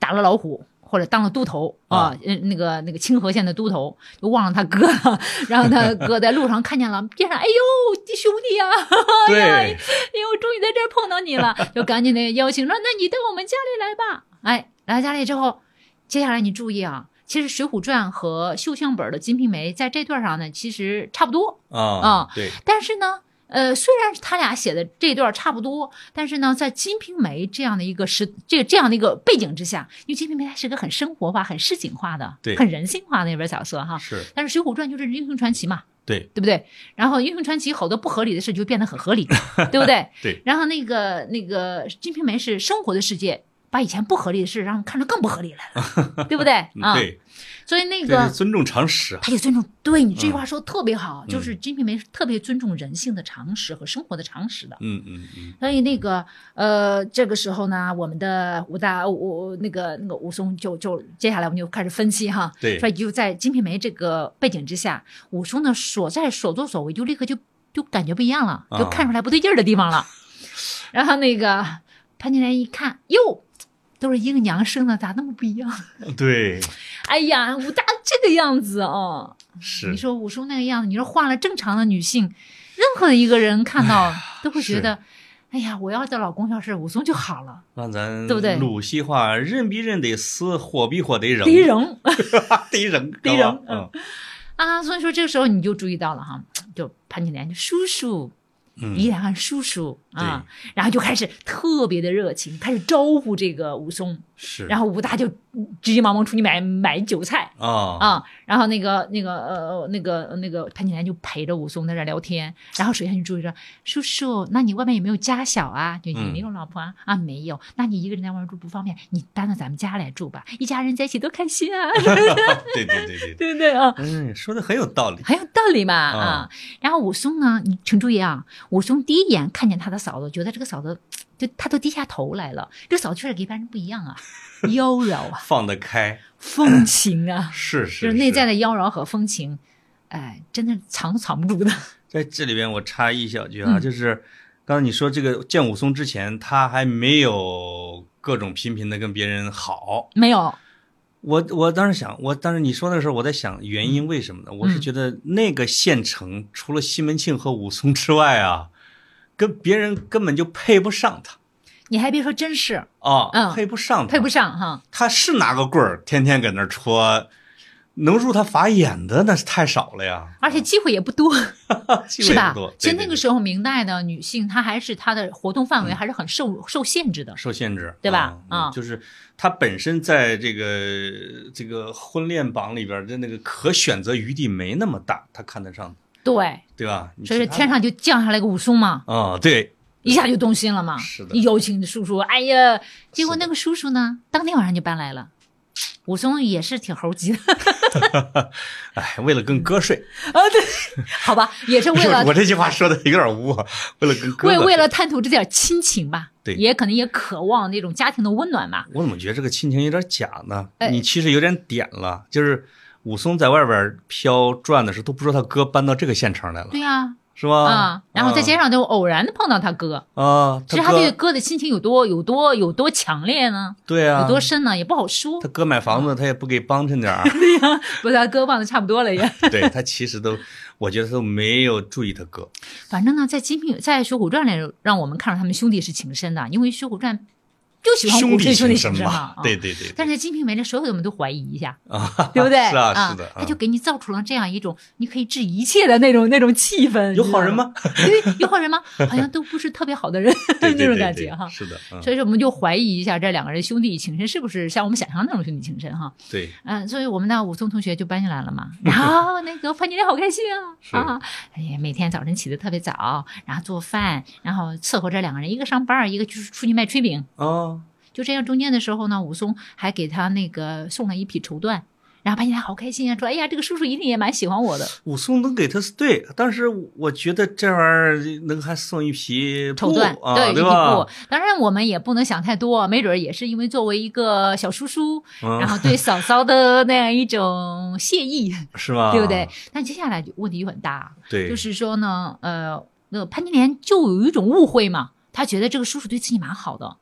Speaker 2: 打了老虎。或者当了都头啊
Speaker 1: 啊，
Speaker 2: 呃那个那个清河县的都头，就忘了他哥了。 然后他哥在路上看见了，边上哎呦兄弟啊，哎
Speaker 1: 对
Speaker 2: 呀，哎呦，终于在这儿碰到你了，就赶紧的邀请说，那你到我们家里来吧。哎，来家里之后，接下来你注意啊，其实《水浒传》和绣像本的《金瓶梅》在这段上呢，其实差不多，
Speaker 1: 啊
Speaker 2: 啊，
Speaker 1: 对，
Speaker 2: 但是呢。呃，虽然他俩写的这段差不多，但是呢，在《金瓶梅》这样的一个时，这这样的一个背景之下，因为《金瓶梅》它是个很生活化、很市井化的、
Speaker 1: 对
Speaker 2: 很人性化的一本小说哈。
Speaker 1: 是
Speaker 2: 但是《水浒传》就是英雄传奇嘛，
Speaker 1: 对，
Speaker 2: 对不对？然后《英雄传奇》好多不合理的事就变得很合理，对不对？
Speaker 1: 对。
Speaker 2: 然后那个那个《金瓶梅》是生活的世界，把以前不合理的事让人看着更不合理了， 对不对？
Speaker 1: 嗯
Speaker 2: 啊、
Speaker 1: 对，
Speaker 2: 所以那
Speaker 1: 这
Speaker 2: 个
Speaker 1: 是尊重常识啊，
Speaker 2: 他就尊重，对你这句话说得特别好，
Speaker 1: 嗯
Speaker 2: 就是《金瓶梅》是特别尊重人性的常识和生活的常识的。
Speaker 1: 嗯嗯嗯，
Speaker 2: 所以那个呃，这个时候呢，我们的武大武那个那个武松就就接下来我们就开始分析哈，
Speaker 1: 对
Speaker 2: 说就在《金瓶梅》这个背景之下，武松的所在所作所为就立刻就就感觉不一样了，
Speaker 1: 啊
Speaker 2: 就看出来不对劲儿的地方了。然后那个潘金莲一看，哟，都是一个娘生的，咋那么不一样？
Speaker 1: 对，
Speaker 2: 哎呀，武大这个样子哦，
Speaker 1: 是
Speaker 2: 你，说武
Speaker 1: 哎
Speaker 2: 松那个样子，你说换了正常的女性，任何一个人看到都会觉得，哎呀，我要的老公要是武松就好了，
Speaker 1: 让咱
Speaker 2: 对不对
Speaker 1: 鲁西话，人比人得死，货比货得扔，
Speaker 2: 得扔
Speaker 1: 得扔，
Speaker 2: 得
Speaker 1: 是吧
Speaker 2: 扔
Speaker 1: 嗯
Speaker 2: 啊。所以说这个时候你就注意到了哈，就潘金莲就叔叔，
Speaker 1: 嗯
Speaker 2: 依然叔叔啊，然后就开始特别的热情，开始招呼这个武松，
Speaker 1: 是，
Speaker 2: 然后武大就急急忙忙出去买买韭菜。
Speaker 1: 啊
Speaker 2: 啊、然后那个那个呃那个那个潘金莲就陪着武松在这儿聊天，然后水下就注意说：“叔叔，那你外面有没有家小啊？就
Speaker 1: 嗯
Speaker 2: 你没有老婆啊？啊，没有，那你一个人在外面住不方便，你搬到咱们家来住吧，一家人在一起多开心啊，
Speaker 1: 对对对对对，
Speaker 2: 对不对啊？
Speaker 1: 嗯，说的很有道理，
Speaker 2: 很有道理嘛啊。然后武松呢，你请注意啊，武松第一眼看见他的嫂子，觉得这个嫂子就他都低下头来了，这个嫂子确实跟一般人不一样啊， 妖娆啊，
Speaker 1: 放得开，
Speaker 2: 风情啊，
Speaker 1: 是
Speaker 2: 就是是内在
Speaker 1: 的。
Speaker 2: 的妖娆和风情，哎，真的藏都藏不住的。
Speaker 1: 在这里边我插一小句啊，
Speaker 2: 嗯
Speaker 1: 就是刚才你说这个见武松之前，他还没有各种频频的跟别人好，
Speaker 2: 没有，
Speaker 1: 我我当时想，我当时你说的时候，我在想原
Speaker 2: 嗯
Speaker 1: 因为什么呢？我是觉得那个县城除了西门庆和武松之外啊，跟别人根本就配不上他
Speaker 2: 你还别说，真是
Speaker 1: 啊，
Speaker 2: 嗯
Speaker 1: 配不上他，
Speaker 2: 配不上哈。
Speaker 1: 他是拿个棍儿天天搁那儿戳，能入他法眼的那是太少了呀，
Speaker 2: 而且机会也不多，
Speaker 1: 嗯机会
Speaker 2: 是吧
Speaker 1: 不多。？
Speaker 2: 其实那个
Speaker 1: 候
Speaker 2: 时候，明代的女性她还是她的活动
Speaker 1: 嗯
Speaker 2: 范围还是很受、受限制的。
Speaker 1: 受限制，
Speaker 2: 对吧
Speaker 1: 嗯
Speaker 2: 啊
Speaker 1: 就是他本身在这个这个婚恋榜里边的那个可选择余地没那么大，他看得上，
Speaker 2: 对，
Speaker 1: 对吧？你
Speaker 2: 所以说
Speaker 1: 其他
Speaker 2: 天上就降下来个武松嘛，
Speaker 1: 的啊、对，
Speaker 2: 一下就动心了嘛。
Speaker 1: 是的
Speaker 2: 有请叔叔。哎呀，结
Speaker 1: 是
Speaker 2: 果
Speaker 1: 的
Speaker 2: 那个叔叔呢，当天晚上就搬来了。武松也是挺 猴急的
Speaker 1: 哎，为了跟哥睡，
Speaker 2: 啊，对，好吧，也嗯是为了
Speaker 1: 我这句话说的有点污啊，为了跟哥
Speaker 2: 为
Speaker 1: 哥睡
Speaker 2: 为了探讨这点亲情吧，
Speaker 1: 对
Speaker 2: 也可能也渴望那种家庭的温暖吧。
Speaker 1: 我怎么觉得这个亲情有点假呢？
Speaker 2: 哎
Speaker 1: 你其实有点点了，就是武松在外边飘转的时候，都不知道他哥搬到这个县城来了，
Speaker 2: 对呀、
Speaker 1: 是吧？
Speaker 2: 啊，然后在街
Speaker 1: 上
Speaker 2: 上就偶然的碰到他哥，
Speaker 1: 啊，
Speaker 2: 其实
Speaker 1: 他
Speaker 2: 他对
Speaker 1: 哥
Speaker 2: 哥的心情有多有多有多强烈呢，
Speaker 1: 对啊，
Speaker 2: 有多深呢，也不好说
Speaker 1: 他。哥买房子，他也不给帮衬点 儿，
Speaker 2: 不过他哥忘的差不多了也。
Speaker 1: 对他其实都，我觉得他都没有注意他哥，
Speaker 2: 反正呢，在《金瓶》在《水浒传》里，让我们看到他们兄弟是情深的，因为《水浒传》就喜欢
Speaker 1: 兄
Speaker 2: 鼓吹兄弟
Speaker 1: 情深
Speaker 2: 情深嘛
Speaker 1: 嘛。，
Speaker 2: 啊
Speaker 1: 对对对，
Speaker 2: 但是在《金瓶梅》里，所有的我们都怀疑一下，
Speaker 1: 啊，
Speaker 2: 对不对？
Speaker 1: 是啊，是的，
Speaker 2: 他就给你造出了这样一种你可以治一切的那种那种气氛。
Speaker 1: 有好人 吗？
Speaker 2: 因为有好人吗？好像都不是特别好的人，
Speaker 1: 对对
Speaker 2: 那种
Speaker 1: 对
Speaker 2: 感
Speaker 1: 对
Speaker 2: 觉哈。
Speaker 1: 是的，嗯
Speaker 2: 所以说，我们就怀疑一下这两个人兄弟情深是不是像我们想象那种兄弟情深哈？
Speaker 1: 对，
Speaker 2: 嗯，所以我们的武松同学就搬进来了嘛。然 后那个潘金莲好开心啊
Speaker 1: 是
Speaker 2: 啊！哎呀，每天早晨起得特别早，然后做饭，然后伺候这两个人，一个上班，一个就是出去卖炊饼。
Speaker 1: 啊，
Speaker 2: 就这样，中间的时候呢，武松还给他那个送了一匹绸缎。然后潘金莲好开心啊，说：“哎呀，这个叔叔一定也蛮喜欢我的。
Speaker 1: 武松能给他对，当时我觉得这玩意儿能还送一匹”
Speaker 2: 绸
Speaker 1: 布
Speaker 2: 缎，
Speaker 1: 啊，
Speaker 2: 对，一匹
Speaker 1: 吧
Speaker 2: 布？。当然，我们也不能想太多，没准儿也是因为作为一个小叔叔，然
Speaker 1: 嗯，
Speaker 2: 后对嫂嫂的那样一种谢意，
Speaker 1: 是吧？
Speaker 2: 对不对？？但接下来就问题就很大，
Speaker 1: 对，
Speaker 2: 就是说呢，呃，那个潘金莲就有一种误会嘛，她觉得这个叔叔对自己蛮好的，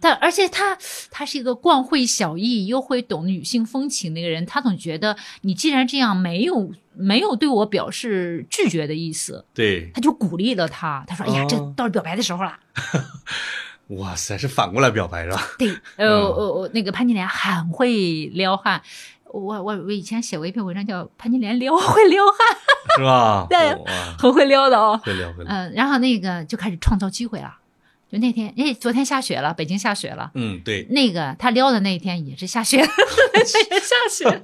Speaker 2: 但而且她她是一个惯会小艺又会懂女性风情的一个人，她总觉得你既然这样，没有没有对我表示拒绝的意思，
Speaker 1: 对，
Speaker 2: 她就鼓励了他，她说：“哎呀，这
Speaker 1: 哦
Speaker 2: 到了表白的时候了。”
Speaker 1: 哇塞，是反过来表白是吧？
Speaker 2: 对，呃，
Speaker 1: 嗯
Speaker 2: 我我、那个潘金莲很会撩汉。我我我以前写过一篇文章叫《潘金莲撩会撩汉
Speaker 1: 是吧？
Speaker 2: 对
Speaker 1: 哇》，，
Speaker 2: 很会撩的哦。
Speaker 1: 会聊会聊，
Speaker 2: 嗯、然后那个就开始创造机会了。就那天，哎，昨天下雪了，北京下雪了。
Speaker 1: 嗯，对。
Speaker 2: 那个他撩的那一天也是下雪，那天也下雪。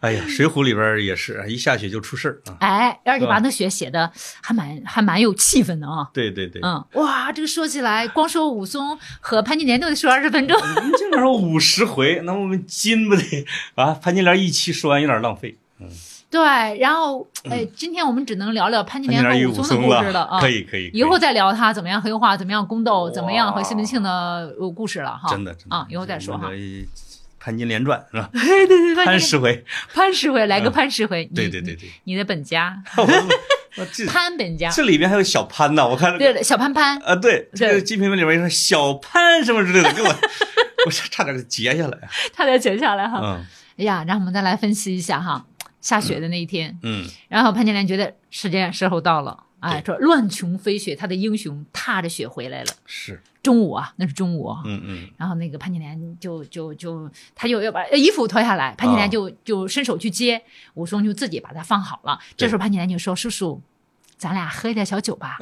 Speaker 1: 哎
Speaker 2: 嗯
Speaker 1: 呀，《水浒》里边也是，一下雪就出事儿啊。
Speaker 2: 哎，而且
Speaker 1: 是吧
Speaker 2: 把那雪写的还蛮还蛮有气氛的啊。
Speaker 1: 对对对，
Speaker 2: 嗯，哇，这个说起来，光说武松和潘金莲都得说二十分钟。
Speaker 1: 你这玩意儿五十回，那我们金不得 啊？潘金莲一期说完有点浪费，
Speaker 2: 对，然后哎，今天我们只能聊聊潘金
Speaker 1: 嗯潘金
Speaker 2: 莲
Speaker 1: 莲与
Speaker 2: 和
Speaker 1: 武
Speaker 2: 武松
Speaker 1: 松
Speaker 2: 的故事
Speaker 1: 了
Speaker 2: 了啊。
Speaker 1: 可以可以，
Speaker 2: 以后
Speaker 1: 可
Speaker 2: 再聊他怎么样黑化，怎么样宫斗，
Speaker 1: 哇
Speaker 2: 怎么样和西门庆的呃故事了哈。
Speaker 1: 真的真的
Speaker 2: 啊，以后再说哈。。
Speaker 1: 这呃潘金莲传是吧？
Speaker 2: 对对对，
Speaker 1: 潘
Speaker 2: 潘
Speaker 1: 十回，
Speaker 2: 潘石回来个
Speaker 1: 嗯
Speaker 2: 潘石回，你
Speaker 1: 对对对，对，
Speaker 2: 你的本家
Speaker 1: 我我这
Speaker 2: 潘本家，
Speaker 1: 这里边还有小潘呢，我看
Speaker 2: 对了，小潘潘，
Speaker 1: 啊，对，这个
Speaker 2: 对
Speaker 1: 《金瓶梅》里面说小潘什么之类的，给我 我差差点给截下来。
Speaker 2: 他得剪下来哈。
Speaker 1: 嗯
Speaker 2: 哎呀，然后我们再来分析一下哈，下雪的那一天，
Speaker 1: 嗯，
Speaker 2: 然后潘金莲觉得时间时候到了。哎，说乱琼飞雪，他的英雄踏着雪回来了。
Speaker 1: 是，
Speaker 2: 中午啊，那是中午啊。
Speaker 1: 嗯嗯，
Speaker 2: 然后那个潘金莲就就就，他就要把呃衣服脱下来，潘金莲就、就伸手去接，武松就自己把它放好了。这时候潘金莲就说：“叔叔，咱俩喝一点小酒吧，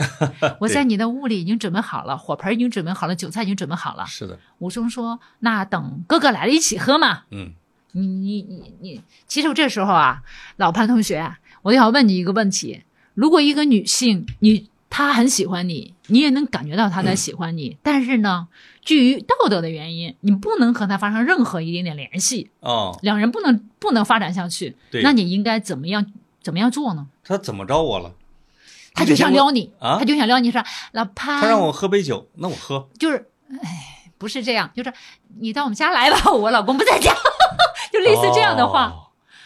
Speaker 2: 我在你的屋里已经准备好了，火盆已经准备好了，酒菜已经准备好了。
Speaker 1: 是的，”
Speaker 2: 武松说：“那等哥哥来了一起喝嘛。
Speaker 1: 嗯，
Speaker 2: 你”你你你，其实这时候啊，老潘同学，啊我要问你一个问题：如果一个女性你她很喜欢你，你也能感觉到
Speaker 1: 嗯
Speaker 2: 她在喜欢你，但是呢，基于道德的原因，你不能和她发生任何一点点联系，
Speaker 1: 哦，
Speaker 2: 两人不能不能发展下去。
Speaker 1: 对
Speaker 2: 那你应该怎么样怎么样做呢？
Speaker 1: 他怎么着我了？
Speaker 2: 他就想撩你，
Speaker 1: 啊
Speaker 2: 他就想撩你说老潘，
Speaker 1: 他让我喝杯酒，那我喝，
Speaker 2: 就是，哎，不是这样，就是你到我们家来吧，我老公不在家， 就类似这样的话。
Speaker 1: 哦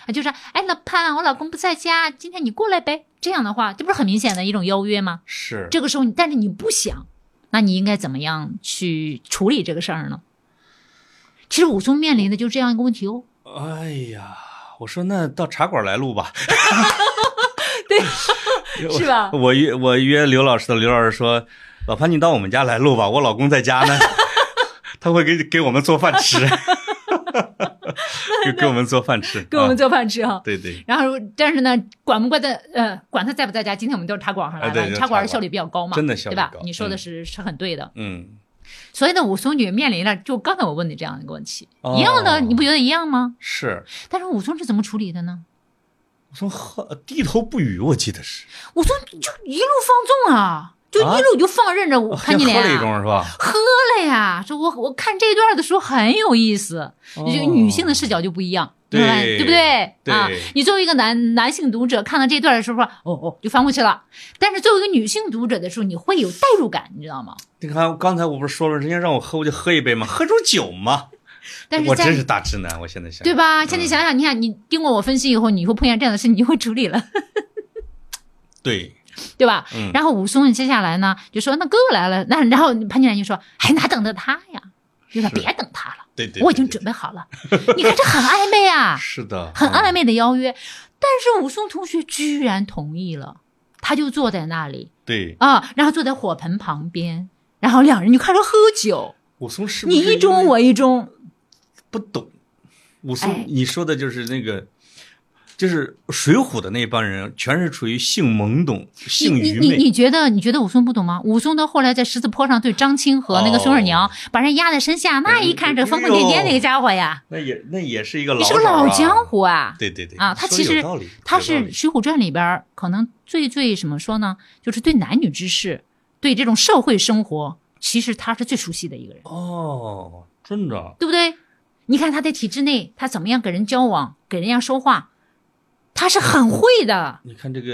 Speaker 2: 啊，就是哎，老潘，我老公不在家，今天你过来呗。这样的话，这不是很明显的一种邀约吗？
Speaker 1: 是
Speaker 2: 这个时候你，但是你不想，那你应该怎么样去处理这个事儿呢？其实武松面临的就是这样一个问题哦。
Speaker 1: 哎呀，我说那到茶馆来录吧。 对，
Speaker 2: 是吧
Speaker 1: 我约我约刘老师的，刘老师说：“老潘，你到我们家来录吧，我老公在家呢， 他会给给我们做饭 吃，给给我们做饭吃，
Speaker 2: 给我们
Speaker 1: 啊
Speaker 2: 做饭吃哈、
Speaker 1: 对对
Speaker 2: 然后，但是呢，管不管在呃，管他在不在家，今天我们都是茶馆上来
Speaker 1: 啊对
Speaker 2: 了，
Speaker 1: 就
Speaker 2: 茶
Speaker 1: 茶
Speaker 2: 馆
Speaker 1: 馆
Speaker 2: 效率比较高嘛，
Speaker 1: 真的效率
Speaker 2: 对吧
Speaker 1: 高？
Speaker 2: 你说的
Speaker 1: 嗯
Speaker 2: 是、是很对的。
Speaker 1: 嗯
Speaker 2: 所以呢，武松女面临了就刚才我问你这样一个问题，
Speaker 1: 哦
Speaker 2: 一样的，你不觉得一样吗？
Speaker 1: 是。
Speaker 2: 但是武松是怎么处理的呢？
Speaker 1: 我说喝低头不语，我记得是
Speaker 2: 武松就一路放纵啊，就一路就放任着我潘金莲、
Speaker 1: 哦喝了一
Speaker 2: 啊。
Speaker 1: 盅是吧？
Speaker 2: 喝了呀！说我我看这段的时候很有意思，
Speaker 1: 哦
Speaker 2: 就女性的视角就不一样，
Speaker 1: 对
Speaker 2: 明白对不对？
Speaker 1: 对
Speaker 2: 啊，你作为一个男男性读者看到这段的时候，哦哦，就翻过去了。但是作为一个女性读者的时候，你会有代入感，你知道吗？
Speaker 1: 你看刚才我不是说了，人家让我喝我就喝一杯吗？喝出酒吗？
Speaker 2: 但是
Speaker 1: 我
Speaker 2: 在
Speaker 1: 真是大直男，我现在想
Speaker 2: 对吧？现在想想，你看你经过我分析以后，你以后碰见这样的事，你就会处理了。
Speaker 1: 对，
Speaker 2: 对吧？
Speaker 1: 嗯
Speaker 2: 然后武松接下来呢，就说那哥哥来了， 那然后潘金莲就说，还哪等着他呀？就说
Speaker 1: 是
Speaker 2: 别等他了，
Speaker 1: 对对，
Speaker 2: 我已经
Speaker 1: 对
Speaker 2: 准备好了。 你看这很暧昧啊，
Speaker 1: 是的，
Speaker 2: 很
Speaker 1: 嗯
Speaker 2: 暧昧的邀约。但是武松同学居然同意了，他就坐在那里
Speaker 1: 对，
Speaker 2: 啊，然后坐在火盆旁边，然后两人就开始喝酒，
Speaker 1: 武松是不
Speaker 2: 你
Speaker 1: 是
Speaker 2: 一
Speaker 1: 因为
Speaker 2: 盅我一盅，
Speaker 1: 不懂。武松，
Speaker 2: 哎
Speaker 1: 你说的就是那个，就是《水浒》的那帮人，全是处于性懵懂、
Speaker 2: 你
Speaker 1: 性
Speaker 2: 你
Speaker 1: 愚
Speaker 2: 你
Speaker 1: 昧。
Speaker 2: 你觉得你觉得武松不懂吗？武松到后来在十字坡上对张青和那个孙二娘、
Speaker 1: 哦
Speaker 2: 把人压在身下，那一看这疯疯癫癫那个家伙呀，
Speaker 1: 那也那也是一个老
Speaker 2: 你
Speaker 1: 手
Speaker 2: 是
Speaker 1: 啊
Speaker 2: 个老江。湖啊！
Speaker 1: 对对对
Speaker 2: 啊他
Speaker 1: 说
Speaker 2: 其
Speaker 1: 有
Speaker 2: 实
Speaker 1: 道理
Speaker 2: 他
Speaker 1: 有
Speaker 2: 是
Speaker 1: 道
Speaker 2: 《
Speaker 1: 理
Speaker 2: 水浒传》里边儿可能最最怎么说呢？就是对男女之事、对这种社会生活，其实他是最熟悉的一个人，
Speaker 1: 哦，真的
Speaker 2: 对不对？你看他在体制内，他怎么样跟人交往，给人家说话，他是很会的。
Speaker 1: 你看这个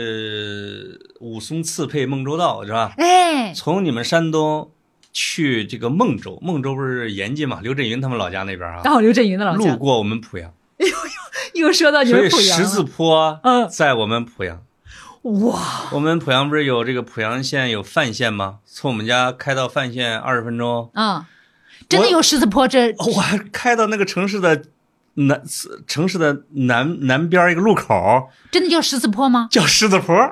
Speaker 1: 武松刺配孟州道是吧？
Speaker 2: 哎，
Speaker 1: 从你们山东去这个孟州，孟州不是延吉嘛？刘震云他们老家那边啊，
Speaker 2: 刚好刘震云的老
Speaker 1: 路
Speaker 2: 家
Speaker 1: 过我们濮阳，
Speaker 2: 又说到你
Speaker 1: 所
Speaker 2: 们
Speaker 1: 以
Speaker 2: 濮阳
Speaker 1: 十
Speaker 2: 了
Speaker 1: 字坡
Speaker 2: 嗯
Speaker 1: 在我们濮阳。
Speaker 2: 哇，
Speaker 1: 我们濮阳不是有这个濮阳县有范县吗？从我们家开到范县二十分钟，
Speaker 2: 嗯，真的有十字坡这
Speaker 1: 哦我还开到那个城市的南城市的南南边一个路口，
Speaker 2: 真的叫十字坡吗？
Speaker 1: 叫狮子 坡。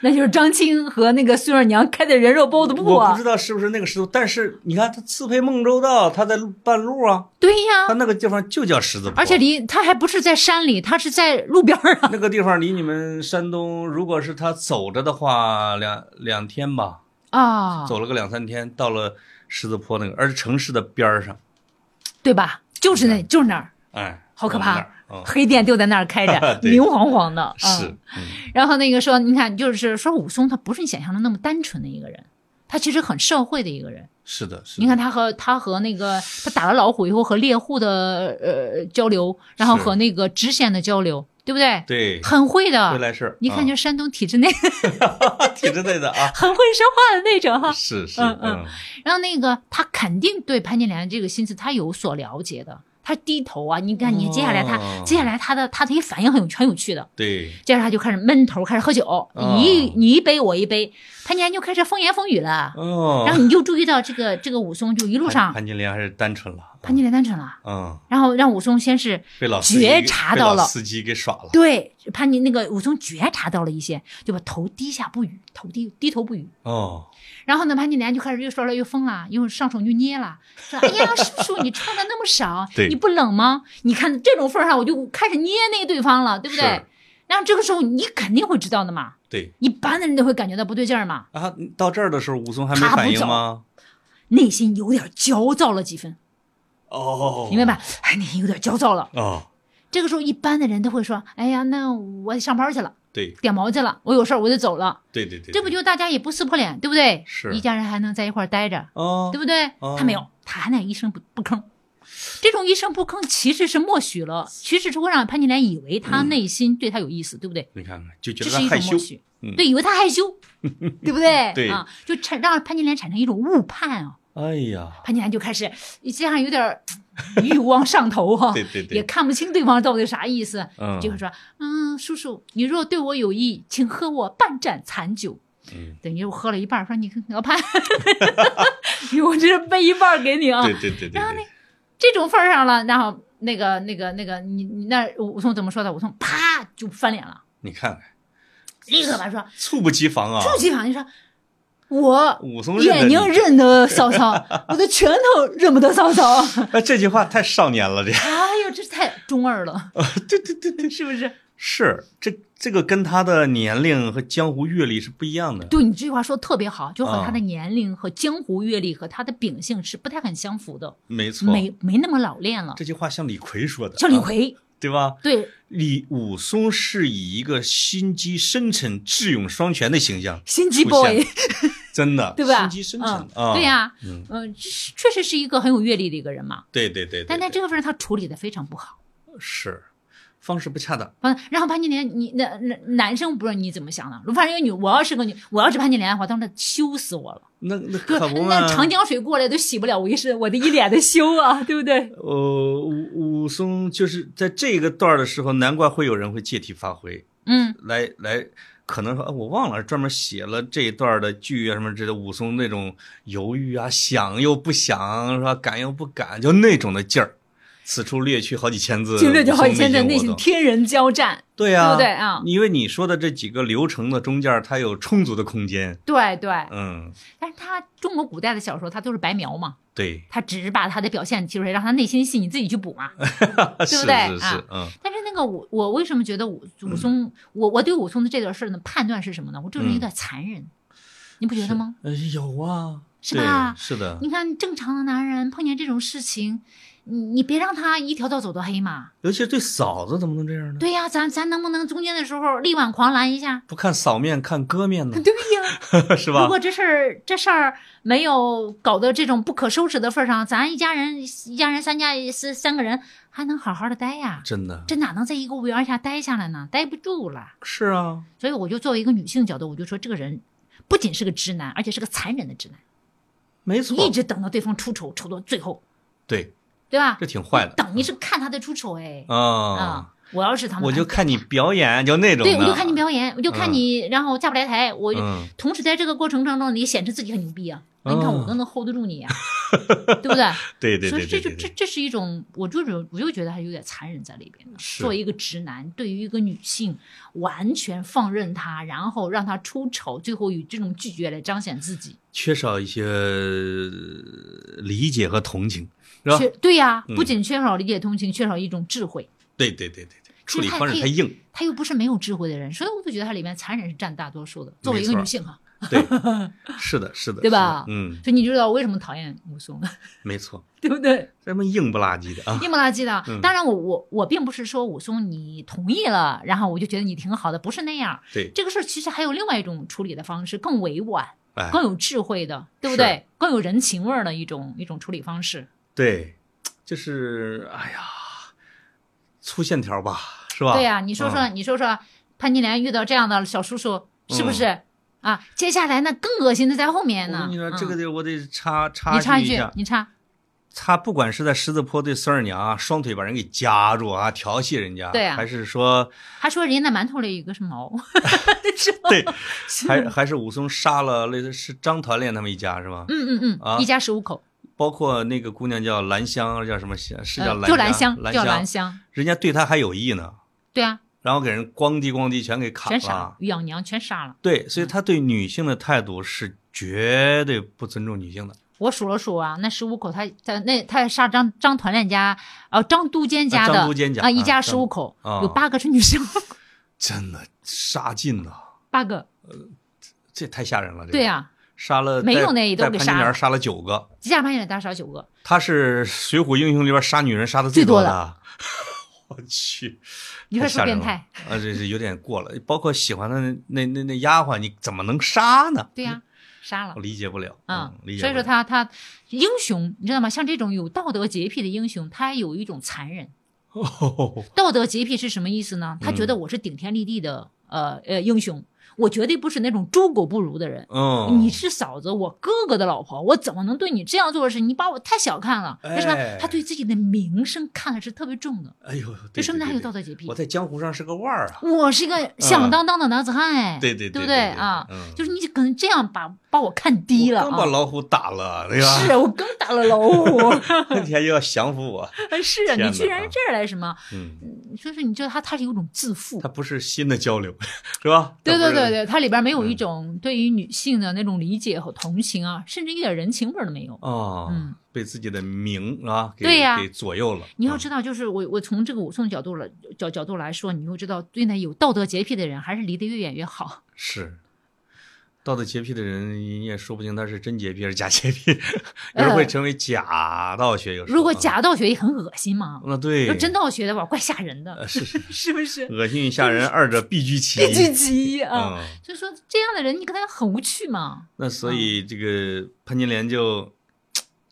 Speaker 2: 那就是张青和那个孙二娘开的人肉包子铺
Speaker 1: 我不
Speaker 2: 啊
Speaker 1: 知！道是不是那个石头，但是你看它刺配孟州道，它在路半路啊，
Speaker 2: 对呀
Speaker 1: 它，那个地方就叫狮子坡。
Speaker 2: 而且离他还不是在山里，他是在路边儿啊。
Speaker 1: 那个地方离你们山东，如果是他走着的话，两两天吧，
Speaker 2: 啊，
Speaker 1: 走了个两三天，到了狮子坡那个，而且城市的边儿上，
Speaker 2: 对吧？就是那，就是那儿，
Speaker 1: 哎，
Speaker 2: 好可
Speaker 1: 我们
Speaker 2: 怕
Speaker 1: 那儿。嗯，，
Speaker 2: 黑店就在那儿开 着
Speaker 1: 对
Speaker 2: 明晃晃的。啊
Speaker 1: 是。。嗯
Speaker 2: 然后那个说，你看，就是说武松他不是你想象的那么单纯的一个人，他其实很社会的一个人。
Speaker 1: 是的，是的
Speaker 2: 你看他和他和那个他打了老虎以后和猎户的呃交流，然后
Speaker 1: 是
Speaker 2: 和那个知县的交流，对不对？
Speaker 1: 对，
Speaker 2: 很会
Speaker 1: 会
Speaker 2: 的。
Speaker 1: 来事儿，
Speaker 2: 一啊看就
Speaker 1: 啊
Speaker 2: 是山东体制内，
Speaker 1: 体制内的啊
Speaker 2: 很会说话的那种哈。
Speaker 1: 是是，
Speaker 2: 嗯
Speaker 1: 嗯
Speaker 2: 嗯，然后那个他肯定对潘金莲这个心思他有所了解的，他低头啊，你看你接下来他、
Speaker 1: 哦
Speaker 2: 接下来他的他的一反应很有很有趣的，
Speaker 1: 对，
Speaker 2: 接着他就开始闷头开始喝酒，
Speaker 1: 哦
Speaker 2: 你一你一杯我一杯，潘金莲就开始风言风语了，
Speaker 1: 哦，
Speaker 2: 然后你就注意到这个这个武松就一路
Speaker 1: 潘
Speaker 2: 上
Speaker 1: 潘金莲还是单纯了，啊
Speaker 2: 潘金莲单纯了。
Speaker 1: 嗯，
Speaker 2: 然后让武松先是
Speaker 1: 被老司机
Speaker 2: 觉察到
Speaker 1: 被
Speaker 2: 了
Speaker 1: 老司机给耍了。
Speaker 2: 对潘金那个武松觉察到了一些，就把头低下不语，头低低头不语。
Speaker 1: 哦，
Speaker 2: 然后呢，潘金莲就开始越说来越疯了，又啊上手就捏了，说：“哎呀， 叔叔，你穿的那么少
Speaker 1: 对，
Speaker 2: 你不冷吗？你看这种份儿上，我就开始捏那个对方了，对不对
Speaker 1: 是？
Speaker 2: 然后这个时候你肯定会知道的嘛，
Speaker 1: 对
Speaker 2: 一般的人都会感觉到不对劲儿嘛，
Speaker 1: 啊，到这儿的时候，武松还没
Speaker 2: 他不
Speaker 1: 反应
Speaker 2: 走
Speaker 1: 吗？
Speaker 2: 内心有点焦躁了几分，
Speaker 1: 哦，
Speaker 2: 明白？吧？哎，你有点焦躁了。
Speaker 1: 哦，
Speaker 2: 这个时候，一般的人都会说：“哎呀，那我上班去了，
Speaker 1: 对
Speaker 2: 点毛去了，我有事儿我就走了。
Speaker 1: 对对”对，
Speaker 2: 这不
Speaker 1: 对
Speaker 2: 就大家也不撕破脸，对不对？
Speaker 1: 是
Speaker 2: 一家人还能在一块儿待着。
Speaker 1: 哦
Speaker 2: 对不对？
Speaker 1: 哦
Speaker 2: 他没有，他还那一声不不吭。这种一声不吭其实是默许了，其实是会让潘金莲以为他内心对他有意思，对不对？
Speaker 1: 你看看，嗯就觉得
Speaker 2: 这是
Speaker 1: 他
Speaker 2: 一
Speaker 1: 害
Speaker 2: 种
Speaker 1: 羞
Speaker 2: 默，许，
Speaker 1: 嗯
Speaker 2: 对，以为他害羞，对不对？
Speaker 1: 对
Speaker 2: 啊，就产让潘金莲产生一种误判啊。
Speaker 1: 哎呀，
Speaker 2: 潘金莲就开始这样有点儿 欲望上头哈、
Speaker 1: 对对
Speaker 2: 哦
Speaker 1: 对，
Speaker 2: 也看不清对方到底啥意思，
Speaker 1: 嗯，
Speaker 2: 就会说：“嗯，叔叔，你若对我有意，请喝我半盏残酒。”
Speaker 1: 嗯，
Speaker 2: 等于我喝了一半儿，说你老 潘，我这是背一半儿给你啊。
Speaker 1: 对对对对对，
Speaker 2: 这种份儿上了，然后那个那个那个你你那武松怎么说的？武松啪就翻脸了，
Speaker 1: 你看看，
Speaker 2: 立刻把说
Speaker 1: 猝不及防啊，
Speaker 2: 陆继访就说，我
Speaker 1: 武松认
Speaker 2: 眼
Speaker 1: 得
Speaker 2: 睛
Speaker 1: 你
Speaker 2: 认得曹操，我的拳头认不得 曹操。
Speaker 1: 哎，这句话太少年了，这
Speaker 2: 哎呦，这太中二了，
Speaker 1: 对对对对，
Speaker 2: 是不是？
Speaker 1: 是这这个跟他的年龄和江湖阅历是不一样的，
Speaker 2: 对你这句话说的特别好，就
Speaker 1: 啊
Speaker 2: 和他的年龄和江湖阅历和他的秉性是不太很相符的，
Speaker 1: 没错，
Speaker 2: 没没那么老练了。
Speaker 1: 这句话像李逵说的，
Speaker 2: 像李
Speaker 1: 啊，
Speaker 2: 逵，
Speaker 1: 对吧？
Speaker 2: 对
Speaker 1: 李武松是以一个心机深沉、智勇双全的形象，
Speaker 2: 心机
Speaker 1: 出现
Speaker 2: boy，
Speaker 1: 真的，
Speaker 2: 对吧？
Speaker 1: 心机深沉
Speaker 2: 嗯
Speaker 1: 啊，
Speaker 2: 对呀、
Speaker 1: 嗯
Speaker 2: 嗯，这是确实是一个很有阅历的一个人嘛。
Speaker 1: 对对对，对
Speaker 2: 但在
Speaker 1: 对
Speaker 2: 这个份上，他处理的非常不好。
Speaker 1: 是方式不恰当，
Speaker 2: 嗯，然后潘金莲，你那那男生不知道你怎么想的，反正有女，我要是个女，我要是潘金莲的话，当时羞死我了，
Speaker 1: 那那
Speaker 2: 哥
Speaker 1: 可不嘛
Speaker 2: 那。长江水过来都洗不了我一身，我的一脸的羞啊，对 不对？
Speaker 1: 呃，武武松就是在这个段儿的时候，难怪会有人会借题发挥，
Speaker 2: 嗯，
Speaker 1: 来来，可能说、啊、我忘了，专门写了这一段的剧啊什么之类的。武松那种犹豫啊，想又不想，是吧？敢又不敢，就那种的劲儿。此处略去好几千字，
Speaker 2: 就略就好几千
Speaker 1: 字
Speaker 2: 的内心天人交战，
Speaker 1: 对呀、嗯
Speaker 2: 对不对啊
Speaker 1: 因为你说的这几个流程的中间儿，它有充足的空间。
Speaker 2: 对对。
Speaker 1: 嗯，
Speaker 2: 但是他中国古代的小说，他都是白描嘛，
Speaker 1: 对，
Speaker 2: 他只是把他的表现提出来，让他内心戏你自己去补 嘛。
Speaker 1: 是
Speaker 2: 对
Speaker 1: 是是
Speaker 2: 啊，
Speaker 1: 嗯
Speaker 2: 但是那个我我为什么觉得武武松，我我对武松的这段事儿的判断是什么呢？我这个人
Speaker 1: 嗯
Speaker 2: 有点残忍，你不觉得吗？？
Speaker 1: 呃，有啊，
Speaker 2: 是
Speaker 1: 对
Speaker 2: 吧
Speaker 1: 是的，
Speaker 2: 你看正常的男人碰见这种事情，你你别让他一条道走到黑嘛。
Speaker 1: 尤其是对嫂子怎么能这样呢？
Speaker 2: 对呀、咱咱能不能中间的时候力挽狂澜一下？
Speaker 1: 不看嫂面，看哥面呢，
Speaker 2: 对呀、
Speaker 1: 是
Speaker 2: 如
Speaker 1: 吧？
Speaker 2: 果这事儿这事儿没有搞到这种不可收拾的份儿上，咱一家人一家人三家三三个人还能好好的待呀。
Speaker 1: 真的
Speaker 2: 这哪能在一个屋檐下待下来呢？待不住了。
Speaker 1: 是啊，
Speaker 2: 所以我就作为一个女性角度，我就说这个人不仅是个直男，而且是个残忍的直男，
Speaker 1: 没错，
Speaker 2: 一直等到对方出丑，丑到最后，
Speaker 1: 对，
Speaker 2: 对吧
Speaker 1: 这？挺坏的
Speaker 2: 等你是看他的出丑哎。
Speaker 1: 啊
Speaker 2: 啊！，我要是他们，
Speaker 1: 我就看你表演，就那种的，
Speaker 2: 对，我就看你表演，我就看你，然后下不来台，我就
Speaker 1: 嗯
Speaker 2: 同时在这个过程当中，你显示自己很牛逼啊。那你看
Speaker 1: 哦
Speaker 2: 我都能 hold 得住你啊，对不对？
Speaker 1: 对对
Speaker 2: 所
Speaker 1: 对
Speaker 2: 以
Speaker 1: 对
Speaker 2: 这就
Speaker 1: 对
Speaker 2: 这
Speaker 1: 对，
Speaker 2: 这是一种，我就觉我就觉得还有点残忍在里边的。
Speaker 1: 是
Speaker 2: 作为一个直男，对于一个女性，完全放任她，然后让她出丑，最后以这种拒绝来彰显自己，
Speaker 1: 缺少一些呃理解和同情，是吧
Speaker 2: 缺？对呀、
Speaker 1: 嗯
Speaker 2: 不仅缺少理解同情，缺少一种智慧。
Speaker 1: 对对对对对，处理
Speaker 2: 其实他
Speaker 1: 方式
Speaker 2: 他
Speaker 1: 太硬，
Speaker 2: 她又不是没有智慧的人，所以我就觉得她里面残忍是占大多数的。作为一个
Speaker 1: 没错
Speaker 2: 女性啊，
Speaker 1: 对， 是的，是的，
Speaker 2: 对吧
Speaker 1: 是的嗯，
Speaker 2: 所以你就知道我为什么讨厌武松了，
Speaker 1: 没错，
Speaker 2: 对不对？
Speaker 1: 这么硬不拉几的啊，
Speaker 2: 硬不拉几的
Speaker 1: 嗯。
Speaker 2: 当然我，我我并不是说武松你同意了，然后我就觉得你挺好的，不是那样。
Speaker 1: 对，
Speaker 2: 这个事儿其实还有另外一种处理的方式，更委婉、
Speaker 1: 哎，
Speaker 2: 更有智慧的，对不对？更有人情味儿的一种一种处理方式。
Speaker 1: 对，就是哎呀，粗线条吧，是吧？
Speaker 2: 对呀、你说说，
Speaker 1: 嗯
Speaker 2: 你说说，潘金莲遇到这样的小叔叔，是不是、啊？接下来那更恶心的在后面
Speaker 1: 嗯我
Speaker 2: 呢。
Speaker 1: 跟你说，这个
Speaker 2: 嗯
Speaker 1: 得我得插插
Speaker 2: 你插
Speaker 1: 叙
Speaker 2: 一
Speaker 1: 一
Speaker 2: 句
Speaker 1: 下，，
Speaker 2: 你插，
Speaker 1: 他不管是在狮子坡对孙二娘啊，双腿把人给夹住啊，调戏人家，
Speaker 2: 对啊
Speaker 1: 还是说，
Speaker 2: 还说人家那馒头里有个什么毛， 是吧？
Speaker 1: 对，还还是武松杀了类似是张团练他们一家是吧？
Speaker 2: 嗯嗯嗯，
Speaker 1: 啊
Speaker 2: 一家十五口，
Speaker 1: 包括那个姑娘叫兰香，叫什么香？是叫
Speaker 2: 呃
Speaker 1: 兰香？
Speaker 2: 就
Speaker 1: 兰
Speaker 2: 兰香，叫
Speaker 1: 香，
Speaker 2: 兰香，
Speaker 1: 人家对她还有意呢，
Speaker 2: 对啊，
Speaker 1: 然后给人咣叽咣叽全给砍
Speaker 2: 全杀了嗯
Speaker 1: 了，。啊
Speaker 2: 于养娘全杀了。
Speaker 1: 对，所以她对女性的态度是绝对不尊重女性的。
Speaker 2: 我数了数啊，那十五口他，他那他也杀张张团练家，呃，张都监家
Speaker 1: 啊
Speaker 2: 的
Speaker 1: 张都监家
Speaker 2: 啊，一
Speaker 1: 啊
Speaker 2: 家
Speaker 1: 张
Speaker 2: 十五口，
Speaker 1: 啊
Speaker 2: 有八个是女生，
Speaker 1: 真的杀尽了，
Speaker 2: 八个，
Speaker 1: 这太吓人了。这个、
Speaker 2: 对，啊，
Speaker 1: 杀了
Speaker 2: 没
Speaker 1: 在
Speaker 2: 用那一
Speaker 1: 在
Speaker 2: 顿给
Speaker 1: 潘
Speaker 2: 杀
Speaker 1: 金莲
Speaker 2: 了
Speaker 1: 杀了九个，
Speaker 2: 吉家潘也大少九个，
Speaker 1: 她是《水浒英雄》里边杀女人杀的
Speaker 2: 最多
Speaker 1: 的啊。 我去，
Speaker 2: 你说是不是变
Speaker 1: 太吓人
Speaker 2: 态？
Speaker 1: 啊，这是有点过了。包括喜欢的那那那那丫鬟，你怎么能杀呢？
Speaker 2: 对呀、杀了
Speaker 1: 我。理解不了。
Speaker 2: 啊
Speaker 1: 哦嗯，理解
Speaker 2: 所以
Speaker 1: 不 了。
Speaker 2: 说他他英雄，你知道吗？像这种有道德洁癖的英雄，他有一种残忍。道德洁癖是什么意思呢？他觉
Speaker 1: 嗯
Speaker 2: 得我是顶天立地的，呃呃，英雄，我绝对不是那种猪狗不如的人。
Speaker 1: 嗯，
Speaker 2: 你是嫂子，我哥哥的老婆，我怎么能对你这样做的事？你把我太小看了。但是
Speaker 1: 哎
Speaker 2: 呢，他对自己的名声看的是特别重的，
Speaker 1: 哎呦，
Speaker 2: 这
Speaker 1: 对
Speaker 2: 说明他
Speaker 1: 对
Speaker 2: 有
Speaker 1: 对
Speaker 2: 道德洁癖
Speaker 1: 我。在江湖上是个腕儿啊。
Speaker 2: 我是一个响当当的男子汉，哎，
Speaker 1: 对对
Speaker 2: 对
Speaker 1: 对
Speaker 2: 不
Speaker 1: 对
Speaker 2: 啊？
Speaker 1: 嗯
Speaker 2: 就是你可能这样把把我看低了
Speaker 1: 我刚把
Speaker 2: 啊！
Speaker 1: 老虎打了，对吧？
Speaker 2: 是我刚打了老虎，
Speaker 1: 你还要降服我？
Speaker 2: 是啊
Speaker 1: 天哪
Speaker 2: 你居然这儿来什么？
Speaker 1: 嗯，
Speaker 2: 所以说，你知道他他是有种自负
Speaker 1: 它，不是新的交流， 是吧？
Speaker 2: 对对对
Speaker 1: 对，
Speaker 2: 对，它里边没有一
Speaker 1: 嗯
Speaker 2: 种对于女性的那种理解和同情啊，甚至一点人情味儿都没有。
Speaker 1: 哦
Speaker 2: 嗯，
Speaker 1: 被自己的名啊，给
Speaker 2: 对呀
Speaker 1: 给左右了。嗯
Speaker 2: 你要知道，就是我我从这个武松角度来角角度来说，你会知道，对那有道德洁癖的人，还是离得越远越
Speaker 1: 嗯
Speaker 2: 好。
Speaker 1: 是。道德洁癖的人，你也说不清他是真洁癖还是假洁癖，有人会成为假道学。有时候
Speaker 2: 嗯如果
Speaker 1: 啊，
Speaker 2: 假道学也很恶心嘛，
Speaker 1: 那对呃
Speaker 2: 要，真道学的话，怪吓人的，
Speaker 1: 是 是
Speaker 2: 是不是？
Speaker 1: 恶心与吓人，二者必居其
Speaker 2: 必居
Speaker 1: 一。
Speaker 2: 其一啊！
Speaker 1: 嗯，
Speaker 2: 所以说，这样的人，你跟他很无趣嘛。
Speaker 1: 那所以这个潘金莲就，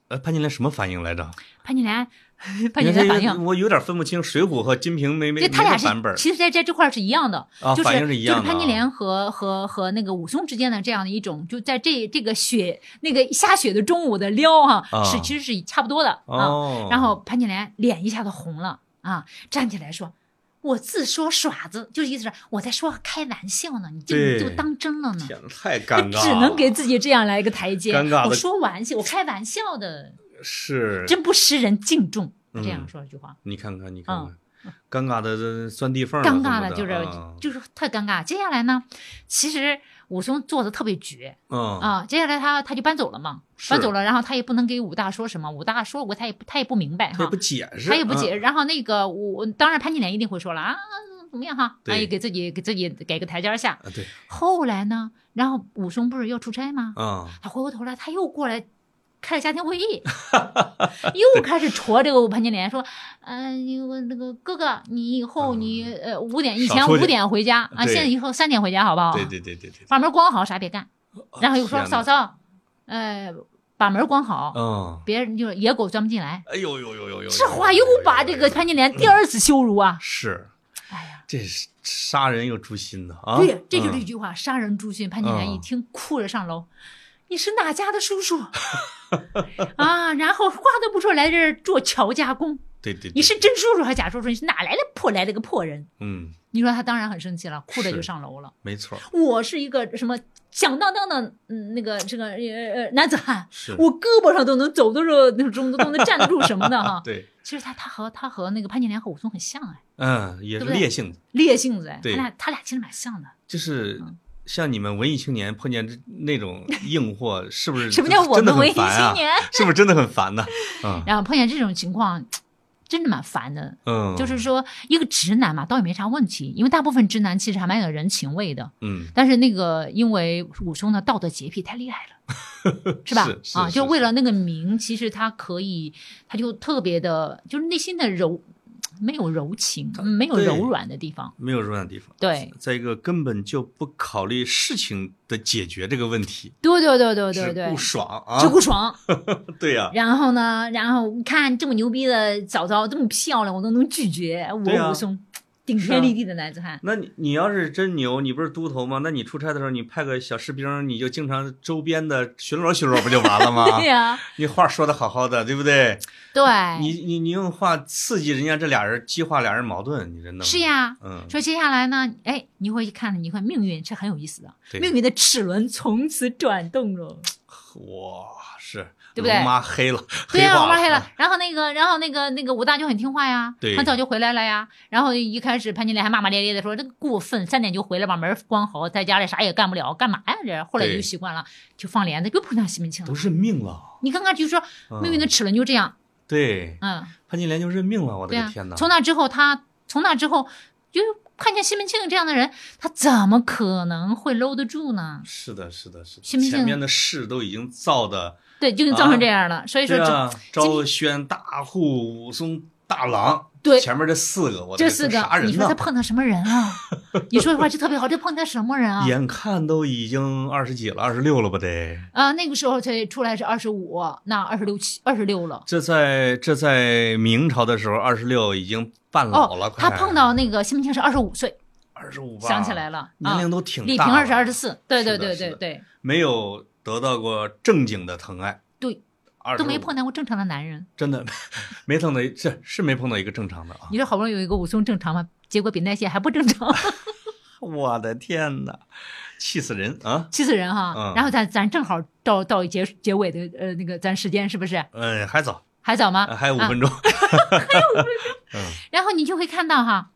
Speaker 1: 呃，潘金莲什么反应来着？
Speaker 2: 潘金莲， 潘金莲反应，
Speaker 1: 我有点分不清《水浒》和《金瓶梅》没
Speaker 2: 这
Speaker 1: 没
Speaker 2: 他俩
Speaker 1: 个
Speaker 2: 是
Speaker 1: 版本，
Speaker 2: 其实在在这块儿是一样的，
Speaker 1: 啊，
Speaker 2: 就是
Speaker 1: 反应是一样的、
Speaker 2: 就是潘金，莲和和和那个武松之间的这样的一种，就在这这个雪那个下雪的中午的撩哈、
Speaker 1: 啊
Speaker 2: 是其实是差不多的、啊。
Speaker 1: 哦，
Speaker 2: 然后潘金莲脸一下子红了啊，站起来说。我自说耍子，就是意思是我在说开玩笑呢，你就
Speaker 1: 对
Speaker 2: 你就当真了呢，
Speaker 1: 天呐，太
Speaker 2: 他
Speaker 1: 尴尬了，
Speaker 2: 只能给自己这样来一个台阶。
Speaker 1: 尴尬的
Speaker 2: 我说玩笑，我开玩笑的，
Speaker 1: 是
Speaker 2: 真不识人敬重，
Speaker 1: 嗯
Speaker 2: 这样说了句话。
Speaker 1: 你看看，你看看，尴尬的这钻地缝了，
Speaker 2: 嗯尴尬
Speaker 1: 恨
Speaker 2: 的
Speaker 1: 不
Speaker 2: 就是、
Speaker 1: 啊
Speaker 2: 就是特尴尬。接下来呢，其实武松做的特别绝
Speaker 1: 嗯
Speaker 2: 啊、接下来他他就搬走了嘛，
Speaker 1: 是
Speaker 2: 搬走了，然后他也不能给武大说什么，武大说过他也不他也不明白
Speaker 1: 他也
Speaker 2: 哈
Speaker 1: 不，解释，嗯
Speaker 2: 他也不解释。
Speaker 1: 释，
Speaker 2: 然后那个我当然潘金莲一定会说了啊，怎么样哈，
Speaker 1: 对
Speaker 2: 啊也给自己给自己给个台阶下。
Speaker 1: 啊对，
Speaker 2: 后来呢，然后武松不是要出差吗？
Speaker 1: 啊
Speaker 2: 他回过头来，他又过来开了家庭会 议，又开始戳这个潘金莲说：“嗯、你我那个哥哥，你以后你、呃五点以
Speaker 1: 嗯
Speaker 2: 前
Speaker 1: 少出去
Speaker 2: 五点回家啊，
Speaker 1: 对
Speaker 2: 现在以后三点回家好不好？
Speaker 1: 对对对对对，
Speaker 2: 把门关好，啥别干。”然后又说：“
Speaker 1: 天
Speaker 2: 嫂
Speaker 1: 呐，
Speaker 2: 嫂，呃，把门关好，
Speaker 1: 嗯，
Speaker 2: 别人就是野狗钻不进来。
Speaker 1: 哎呦呦呦呦呦，”
Speaker 2: 这话又把这个潘金莲第二次羞辱啊！
Speaker 1: 是，
Speaker 2: 哎呀，
Speaker 1: 这是杀人又诛心的啊，
Speaker 2: 对呀，这就是
Speaker 1: 嗯
Speaker 2: 一句话“杀人诛心”。潘金莲一
Speaker 1: 嗯
Speaker 2: 听，哭着上楼：“你是哪家的叔叔 啊？”然后话都不说，来这儿做乔家公，
Speaker 1: 对对，对
Speaker 2: 你是真叔叔还是假叔叔？你是哪来的破来了个破人？
Speaker 1: 嗯，
Speaker 2: 你说他当然很生气了，哭着
Speaker 1: 是
Speaker 2: 就上楼了。
Speaker 1: 没错，
Speaker 2: 我是一个什么响当当的，嗯，那个这个呃呃男子汉，
Speaker 1: 是，。
Speaker 2: 我胳膊上都能走得住，那种都能站得住什么的哈
Speaker 1: 对，
Speaker 2: 其实他他和他和那个潘金莲和武松很像哎，
Speaker 1: 嗯，也是
Speaker 2: 对不对
Speaker 1: 烈性的。
Speaker 2: 烈性子哎，他
Speaker 1: 对
Speaker 2: 俩他俩其实蛮像的。
Speaker 1: 就是
Speaker 2: 嗯
Speaker 1: 像你们文艺青年碰见这那 种硬货，是不是
Speaker 2: 什么叫我
Speaker 1: 真的
Speaker 2: 们
Speaker 1: 很
Speaker 2: 文艺
Speaker 1: 烦啊
Speaker 2: 青？年？
Speaker 1: 是不是真的很烦呢？嗯
Speaker 2: 然后碰见这种情况，真的蛮烦的。
Speaker 1: 嗯，
Speaker 2: 就是说，一个直男嘛，倒也没啥问题，因为大部分直男其实还蛮有人情味的。
Speaker 1: 嗯，
Speaker 2: 但是那个，因为武松的道德洁癖太厉害了， 是吧？
Speaker 1: 是是
Speaker 2: 啊，
Speaker 1: 是
Speaker 2: 就是为了那个名，其实他可以，他就特别的，就是内心的柔，没有柔情，没有
Speaker 1: 对
Speaker 2: 柔软的地方。
Speaker 1: 没有柔软的地方。
Speaker 2: 对，
Speaker 1: 再一个根本就不考虑事情的解决这个问题，
Speaker 2: 对对对对对
Speaker 1: 只
Speaker 2: 对
Speaker 1: 顾，爽啊
Speaker 2: 只，顾爽。
Speaker 1: 对呀，
Speaker 2: 然后呢，然后你看这么牛逼的嫂嫂，这么漂亮，我都能拒绝，
Speaker 1: 对啊
Speaker 2: 我武松、顶
Speaker 1: 是啊
Speaker 2: 天立地的男子汉。
Speaker 1: 那你你要是真牛，你不是都头吗？那你出差的时候，你派个小士兵，你就经常周边的巡逻巡逻，不就完了吗
Speaker 2: 对？呀、哎
Speaker 1: 你话说的好好的，对不对？你
Speaker 2: 对，
Speaker 1: 你你用话刺激人家这俩人，激化俩人矛盾，你真的
Speaker 2: 是，呀。
Speaker 1: 嗯，
Speaker 2: 说接下来呢，哎，你会看，你会命运是很有意思的，
Speaker 1: 对
Speaker 2: 命运的齿轮从此转动了。
Speaker 1: 哇，是，
Speaker 2: 对不对
Speaker 1: 龙妈 黑了，啊
Speaker 2: 对呀、
Speaker 1: 呀，
Speaker 2: 我妈黑了。然后那个，然后那个那个武大就很听话呀，
Speaker 1: 对
Speaker 2: 很早就回来了呀。然后一开始潘金莲还骂骂咧咧的说：“这个过分，三点就回来，把门关好，在家里啥也干不了，干嘛呀？”这后来
Speaker 1: 对
Speaker 2: 就习惯了，就放帘子，又碰上西门庆了
Speaker 1: 都。认命了。
Speaker 2: 你看看，就说
Speaker 1: 嗯
Speaker 2: 命运的齿轮就这样，
Speaker 1: 对，
Speaker 2: 嗯，
Speaker 1: 潘金莲就认命了，我的
Speaker 2: 对
Speaker 1: 个
Speaker 2: 啊
Speaker 1: 天哪！。
Speaker 2: 从那之后，他从那之后就看见西门庆这样的人，他怎么可能会搂得住呢？
Speaker 1: 是的，是的，是的，
Speaker 2: 信不信
Speaker 1: 前面的事都已经造的，
Speaker 2: 对，就造成这样了。所以说
Speaker 1: 啊对
Speaker 2: 这，
Speaker 1: 啊，昭宣大户、武松大郎，
Speaker 2: 对
Speaker 1: 前面这四个，我的
Speaker 2: 这
Speaker 1: 个
Speaker 2: 四个
Speaker 1: 天啥，
Speaker 2: 你
Speaker 1: 人
Speaker 2: 说他
Speaker 1: 呢？
Speaker 2: 碰到什么人啊？ 你说话就特别好，这碰到什么人啊？
Speaker 1: 眼看都已经二十几了，二十六了吧得？
Speaker 2: 啊，那个时候才出来是二十五，那二十六七、二十六了。
Speaker 1: 这在这在明朝的时候，二十六已经半老了，
Speaker 2: 哦，
Speaker 1: 快
Speaker 2: 他碰到那个西门庆是二十五岁，
Speaker 1: 二十五吧，
Speaker 2: 想起来了，
Speaker 1: 年龄
Speaker 2: 啊，
Speaker 1: 都挺大。
Speaker 2: 李萍二十二十，四，对
Speaker 1: 是
Speaker 2: 对
Speaker 1: 的
Speaker 2: 对
Speaker 1: 是
Speaker 2: 对
Speaker 1: 的
Speaker 2: 对
Speaker 1: 没有得到过正经的疼爱，
Speaker 2: 对，
Speaker 1: 25
Speaker 2: 都没碰，到过正常的男人。
Speaker 1: 真的没碰到一，是是没碰到一个正常的啊！
Speaker 2: 你说好不容易有一个武松正常吗？结果比那些还不正常，
Speaker 1: 我的天哪，气死人啊！
Speaker 2: 气死人哈！
Speaker 1: 嗯
Speaker 2: 然后咱咱正好到到结结尾的呃那个咱时间是不是
Speaker 1: 嗯，还早，
Speaker 2: 还早吗？
Speaker 1: 还有五
Speaker 2: 啊
Speaker 1: 分钟，
Speaker 2: 然后你就会看到哈，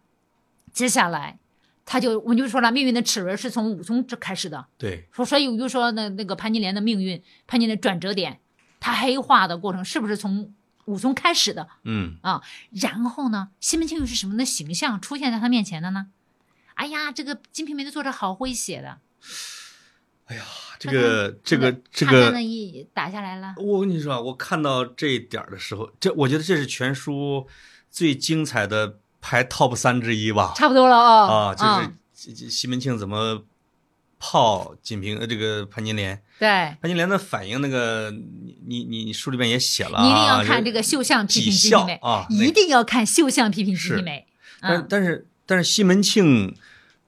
Speaker 2: 接下来他就我就说了，命运的齿轮是从武松这开始的。
Speaker 1: 对，
Speaker 2: 说，所以我就说那那个潘金莲的命运，潘金莲转折点，她黑化的过程是不是从武松开始的
Speaker 1: 嗯，
Speaker 2: 啊？然后呢，西门庆又是什么的形象出现在他面前的呢？哎呀，这个《金瓶梅》的作者好会写的，
Speaker 1: 这个这个这
Speaker 2: 他真
Speaker 1: 个
Speaker 2: 的，一打下来了，
Speaker 1: 我跟你说啊，我看到这一点儿的时候，这我觉得这是全书最精彩的排 top 三之一吧，
Speaker 2: 差不多了
Speaker 1: 啊，
Speaker 2: 哦
Speaker 1: 就是西西西门庆怎么泡锦屏呃这个潘金莲，
Speaker 2: 对。
Speaker 1: 潘金莲的反应那个你你你你书里面也写了、啊，
Speaker 2: 你一定要看这个
Speaker 1: 就是
Speaker 2: 绣像
Speaker 1: 几
Speaker 2: 批评《金
Speaker 1: 笑
Speaker 2: 瓶梅》
Speaker 1: 啊，那
Speaker 2: 一定要看绣像批评《金
Speaker 1: 是
Speaker 2: 瓶梅》。
Speaker 1: 但
Speaker 2: 嗯，
Speaker 1: 但是但是西门庆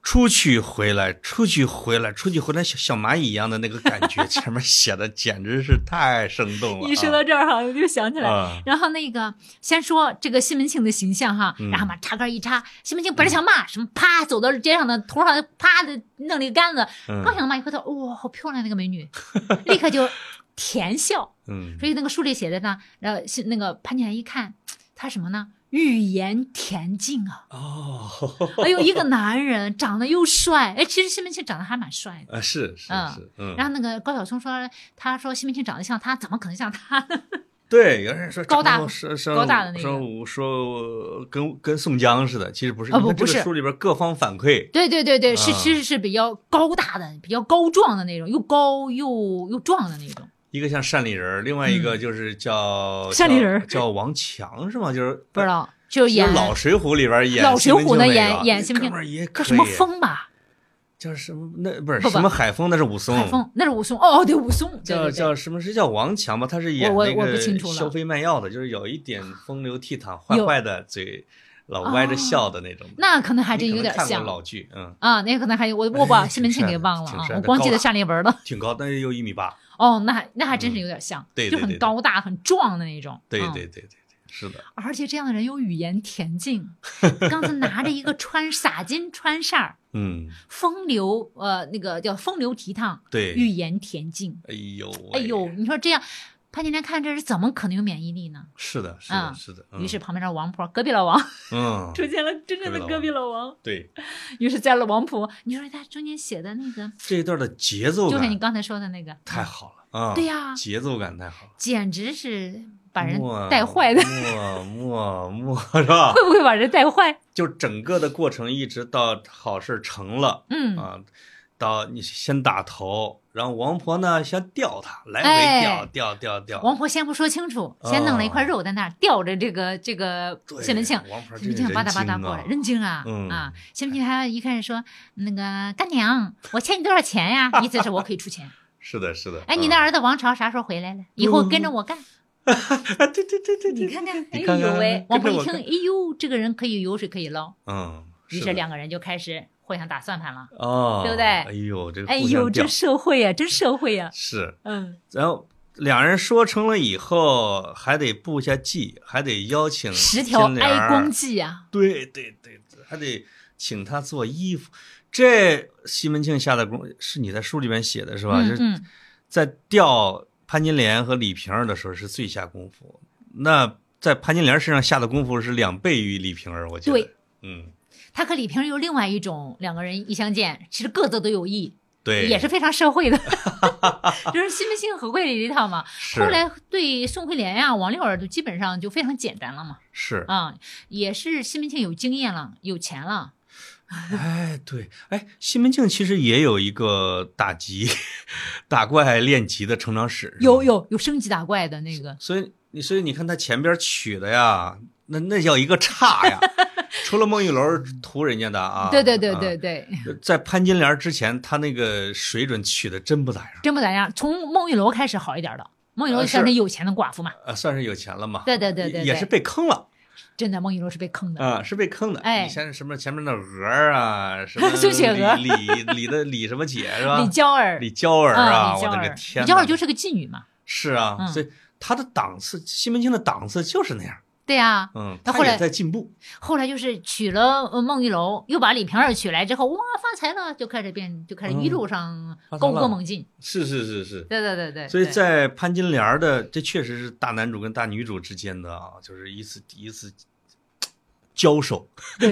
Speaker 1: 出去回来，出去回来，出去回来，小小蚂蚁一样的那个感 觉，前面写的简直是太生动了啊。
Speaker 2: 一说到这儿哈，我就想起 来，
Speaker 1: 啊，
Speaker 2: 然后那个先说这个西门庆的形象哈，
Speaker 1: 嗯
Speaker 2: 然后嘛插杆一插，西门庆本来想骂、什么，啪走到街上的头上啪的弄了一个杆子，
Speaker 1: 嗯
Speaker 2: 刚想骂一回头，哇、好漂亮那个 美女，立刻就甜笑。
Speaker 1: 嗯，
Speaker 2: 所以那个书里写的呢，然后是那个潘金莲一看，他什么呢？语言恬静啊！
Speaker 1: 哦，
Speaker 2: 哎呦，一个男人长得又帅，哎，其实西门庆长得还蛮帅的。
Speaker 1: 啊是是
Speaker 2: 嗯
Speaker 1: 是，嗯，
Speaker 2: 然后那个高晓松说，他说西门庆长得像他，怎么可能像他？
Speaker 1: 对，有人说
Speaker 2: 高大
Speaker 1: 生生
Speaker 2: 高大的那个
Speaker 1: 生武说跟跟宋江似的，其实不是，
Speaker 2: 啊
Speaker 1: 因为
Speaker 2: 不不
Speaker 1: 这个
Speaker 2: 是
Speaker 1: 书里边各方反馈，
Speaker 2: 对对对对，是
Speaker 1: 啊
Speaker 2: 其实是比较高大的、比较高壮的那种，又高又又壮的那种。
Speaker 1: 一个像单立人儿，另外一个就是叫
Speaker 2: 嗯 单立人儿
Speaker 1: 叫叫王强是吗？就是
Speaker 2: 不知道，就是演
Speaker 1: 就是老《水浒》里边演
Speaker 2: 老
Speaker 1: 西
Speaker 2: 水
Speaker 1: 门庆
Speaker 2: 浒呢
Speaker 1: 那个
Speaker 2: 演演西门
Speaker 1: 那
Speaker 2: 庆
Speaker 1: 哥们儿也
Speaker 2: 叫
Speaker 1: 可
Speaker 2: 什么
Speaker 1: 以
Speaker 2: 风吧？
Speaker 1: 叫什么？那不是
Speaker 2: 不不
Speaker 1: 什么海风，那是武松。
Speaker 2: 海风那是武松哦，对武松，对
Speaker 1: 叫
Speaker 2: 对对
Speaker 1: 嗯叫什么？是叫王强吧？他是演
Speaker 2: 我
Speaker 1: 那
Speaker 2: 我我
Speaker 1: 个
Speaker 2: 不清楚了啊
Speaker 1: 消费卖药的，就是有一点风流倜傥、坏
Speaker 2: 有哦
Speaker 1: 坏的嘴，老歪着笑的那种。
Speaker 2: 那可能还
Speaker 1: 你
Speaker 2: 真
Speaker 1: 可能
Speaker 2: 有点
Speaker 1: 看过
Speaker 2: 像
Speaker 1: 老剧，嗯，
Speaker 2: 啊，那可能还有我我把
Speaker 1: 哎
Speaker 2: 西门庆给
Speaker 1: 挺帅的
Speaker 2: 忘了
Speaker 1: 挺
Speaker 2: 啊
Speaker 1: 帅，的
Speaker 2: 我光记
Speaker 1: 高
Speaker 2: 得
Speaker 1: 大
Speaker 2: 单立文了。
Speaker 1: 挺高，但是有一米八。
Speaker 2: 哦，那那还真是有点像，
Speaker 1: 对对
Speaker 2: 就
Speaker 1: 对对
Speaker 2: 很高大、很壮的那种。
Speaker 1: 对
Speaker 2: 嗯
Speaker 1: 对对对对，是的，
Speaker 2: 而且这样的人有语言 恬静，刚才拿着一个穿洒金穿扇儿，
Speaker 1: 嗯，
Speaker 2: 风流呃那个叫风流倜傥，语
Speaker 1: 对。
Speaker 2: 言恬静。
Speaker 1: 哎呦喂，
Speaker 2: 哎呦，你说这样，潘金莲看这人怎么可能有免疫力呢？
Speaker 1: 是的，是的，
Speaker 2: 嗯
Speaker 1: 是的。
Speaker 2: 于是
Speaker 1: 嗯
Speaker 2: 旁边的王婆，隔壁老王
Speaker 1: 嗯，
Speaker 2: 出现了真正的
Speaker 1: 隔
Speaker 2: 隔
Speaker 1: 壁
Speaker 2: 壁老王。
Speaker 1: 对，
Speaker 2: 于是，在了王婆，你说他中间写的那个，
Speaker 1: 这一段的节奏
Speaker 2: 就是你
Speaker 1: 感
Speaker 2: 刚才说的那个，
Speaker 1: 太好了啊！
Speaker 2: 对呀、
Speaker 1: 节奏感太好了。
Speaker 2: 简直是把人
Speaker 1: 默
Speaker 2: 带坏的，
Speaker 1: 默默默是吧？
Speaker 2: 会不会把人带坏？
Speaker 1: 就整个的过程一直到好事成了
Speaker 2: 嗯，
Speaker 1: 啊，到你先打头，然后王婆呢先吊他，来回
Speaker 2: 哎
Speaker 1: 吊吊吊吊。
Speaker 2: 王婆先不说清楚，先弄了一块肉在那儿吊着这个这个
Speaker 1: 啊对
Speaker 2: 西门庆。
Speaker 1: 王婆这
Speaker 2: 西门庆
Speaker 1: 人
Speaker 2: 吧嗒吧
Speaker 1: 精
Speaker 2: 嗒过
Speaker 1: 啊
Speaker 2: 来，人精啊、
Speaker 1: 嗯
Speaker 2: 啊！西门庆还一开始说那个干娘，我欠你多少钱呀？意思是我可以出钱。
Speaker 1: 是的，是的。
Speaker 2: 哎，你
Speaker 1: 嗯
Speaker 2: 那儿子王朝啥时候回来了？以后跟着我干。
Speaker 1: 啊，对对对对
Speaker 2: 你
Speaker 1: 对，
Speaker 2: 看看，哎
Speaker 1: 你看看
Speaker 2: 呦喂！
Speaker 1: 跟
Speaker 2: 王
Speaker 1: 着
Speaker 2: 婆
Speaker 1: 我
Speaker 2: 一听，
Speaker 1: 干
Speaker 2: 哎呦，这个人可以有水可以捞，
Speaker 1: 嗯，
Speaker 2: 于
Speaker 1: 是
Speaker 2: 是
Speaker 1: 的
Speaker 2: 两个人就开始互相打算盘了。
Speaker 1: 哦，
Speaker 2: 对不对
Speaker 1: 哎呦，这个
Speaker 2: 哎
Speaker 1: 互相
Speaker 2: 呦，
Speaker 1: 吊
Speaker 2: 这社会呀、真社会呀、
Speaker 1: 是，
Speaker 2: 嗯，
Speaker 1: 然后。两人说成了以后，还得布下计，还得邀请
Speaker 2: 十条
Speaker 1: 金莲儿
Speaker 2: 哀啊公计呀、
Speaker 1: 对对对，还得请他做衣服。这西门庆下的功是你在书里面写的是吧？
Speaker 2: 嗯
Speaker 1: 就是
Speaker 2: 嗯，
Speaker 1: 在吊潘金莲和李瓶儿的时候是最下功夫。那在潘金莲身上下的功夫是两倍于李瓶儿，我觉得。
Speaker 2: 对，
Speaker 1: 嗯，
Speaker 2: 他和李瓶儿有另外一种两个人一相见，其实各自都有意，
Speaker 1: 对，
Speaker 2: 也是非常社 会的， 就是心平性和贵的这一套嘛。
Speaker 1: 是
Speaker 2: 后来对宋惠莲呀、王六儿就基本上就非常简单了嘛，
Speaker 1: 是，
Speaker 2: 啊、也是西门庆有经验了，有钱了，
Speaker 1: 哎，对，哎，西门庆其实也有一个打击、 打怪练级的成长史，是吧
Speaker 2: 有有有升级打怪的那个，
Speaker 1: 所以你所以你看他前边取的呀，那那叫一个差 呀，除了孟玉楼图人家的啊，
Speaker 2: 对对对
Speaker 1: 啊
Speaker 2: 对对，
Speaker 1: 在潘金莲之前，他那个水准取的真不咋样，
Speaker 2: 真不咋样。从孟玉楼开始好一点了，孟玉楼
Speaker 1: 呃
Speaker 2: 算是
Speaker 1: 是
Speaker 2: 有钱的寡妇嘛，
Speaker 1: 呃，算是有钱了嘛，
Speaker 2: 对对对对
Speaker 1: 也
Speaker 2: 对
Speaker 1: 是被坑了
Speaker 2: 真的孟玉楼是被坑的，
Speaker 1: 啊、是被坑的。
Speaker 2: 哎
Speaker 1: 你像什么前面的鹅儿啊，什么
Speaker 2: 苏雪
Speaker 1: 李
Speaker 2: 娥
Speaker 1: 李李的李什么姐是吧？
Speaker 2: 李娇儿，
Speaker 1: 呃李娇儿啊，
Speaker 2: 嗯李娇
Speaker 1: 我的
Speaker 2: 儿
Speaker 1: 个天哪，
Speaker 2: 李娇儿就是个妓女嘛，
Speaker 1: 是啊，
Speaker 2: 嗯
Speaker 1: 所以他的档次，西门庆的档次就是那样，
Speaker 2: 对呀、
Speaker 1: 嗯，
Speaker 2: 他
Speaker 1: 他
Speaker 2: 后来
Speaker 1: 也在进步，
Speaker 2: 后来就是娶了呃孟玉楼，又把李瓶儿娶来之后，哇，发财了，就开始变，就开始一路上
Speaker 1: 嗯发财
Speaker 2: 高
Speaker 1: 了
Speaker 2: 歌猛进。
Speaker 1: 是是是是。
Speaker 2: 对对对对。
Speaker 1: 所以
Speaker 2: 对
Speaker 1: 在潘金莲的这确实是大男主跟大女主之间的啊，就是一次一次交手
Speaker 2: 对，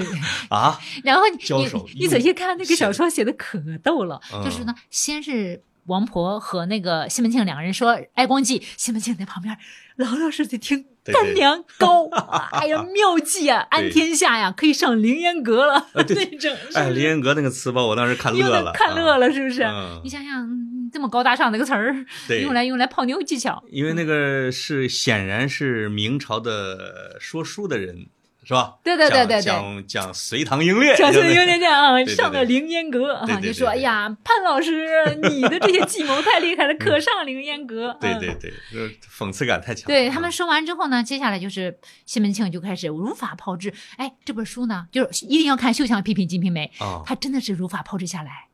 Speaker 1: 啊，
Speaker 2: 然后你
Speaker 1: 交手
Speaker 2: 你你仔细看那个小说写的可逗了，
Speaker 1: 嗯
Speaker 2: 就是呢，先是。王婆和那个西门庆两个人说哀光记，西门庆在旁边老老实实听，
Speaker 1: 对对
Speaker 2: 干娘 高，哎呀妙计啊，安
Speaker 1: 对
Speaker 2: 天下呀，可以上凌烟阁了，
Speaker 1: 呃对
Speaker 2: 那种是
Speaker 1: 哎，
Speaker 2: 不
Speaker 1: 林
Speaker 2: 是
Speaker 1: 彦格那个词把我当时看
Speaker 2: 用
Speaker 1: 乐
Speaker 2: 的
Speaker 1: 了，
Speaker 2: 看乐
Speaker 1: 了，
Speaker 2: 了，是不是？
Speaker 1: 嗯
Speaker 2: 你，想想，嗯这么高大上的一个词儿，
Speaker 1: 对，
Speaker 2: 用来用来泡妞技巧，
Speaker 1: 因为那个是显然是明朝的说书的人是吧？
Speaker 2: 对对对
Speaker 1: 讲
Speaker 2: 对对
Speaker 1: 讲讲隋唐英烈，
Speaker 2: 小
Speaker 1: 对
Speaker 2: 翠
Speaker 1: 不对
Speaker 2: 有点这样啊，
Speaker 1: 对
Speaker 2: 上了凌烟阁
Speaker 1: 对对
Speaker 2: 啊，就
Speaker 1: 对
Speaker 2: 说：“
Speaker 1: 对
Speaker 2: 哎呀，潘老师，你的这些计谋太厉 害了，可上凌烟阁。”
Speaker 1: 嗯对
Speaker 2: 嗯
Speaker 1: 对对，就是讽刺感太强了。
Speaker 2: 对他们说完之后呢，接下来就是西门庆就开始如法炮制。哎，这本书呢，就是一定要看《绣像批评金瓶梅》，
Speaker 1: 啊，
Speaker 2: 他真的是如法炮制下来，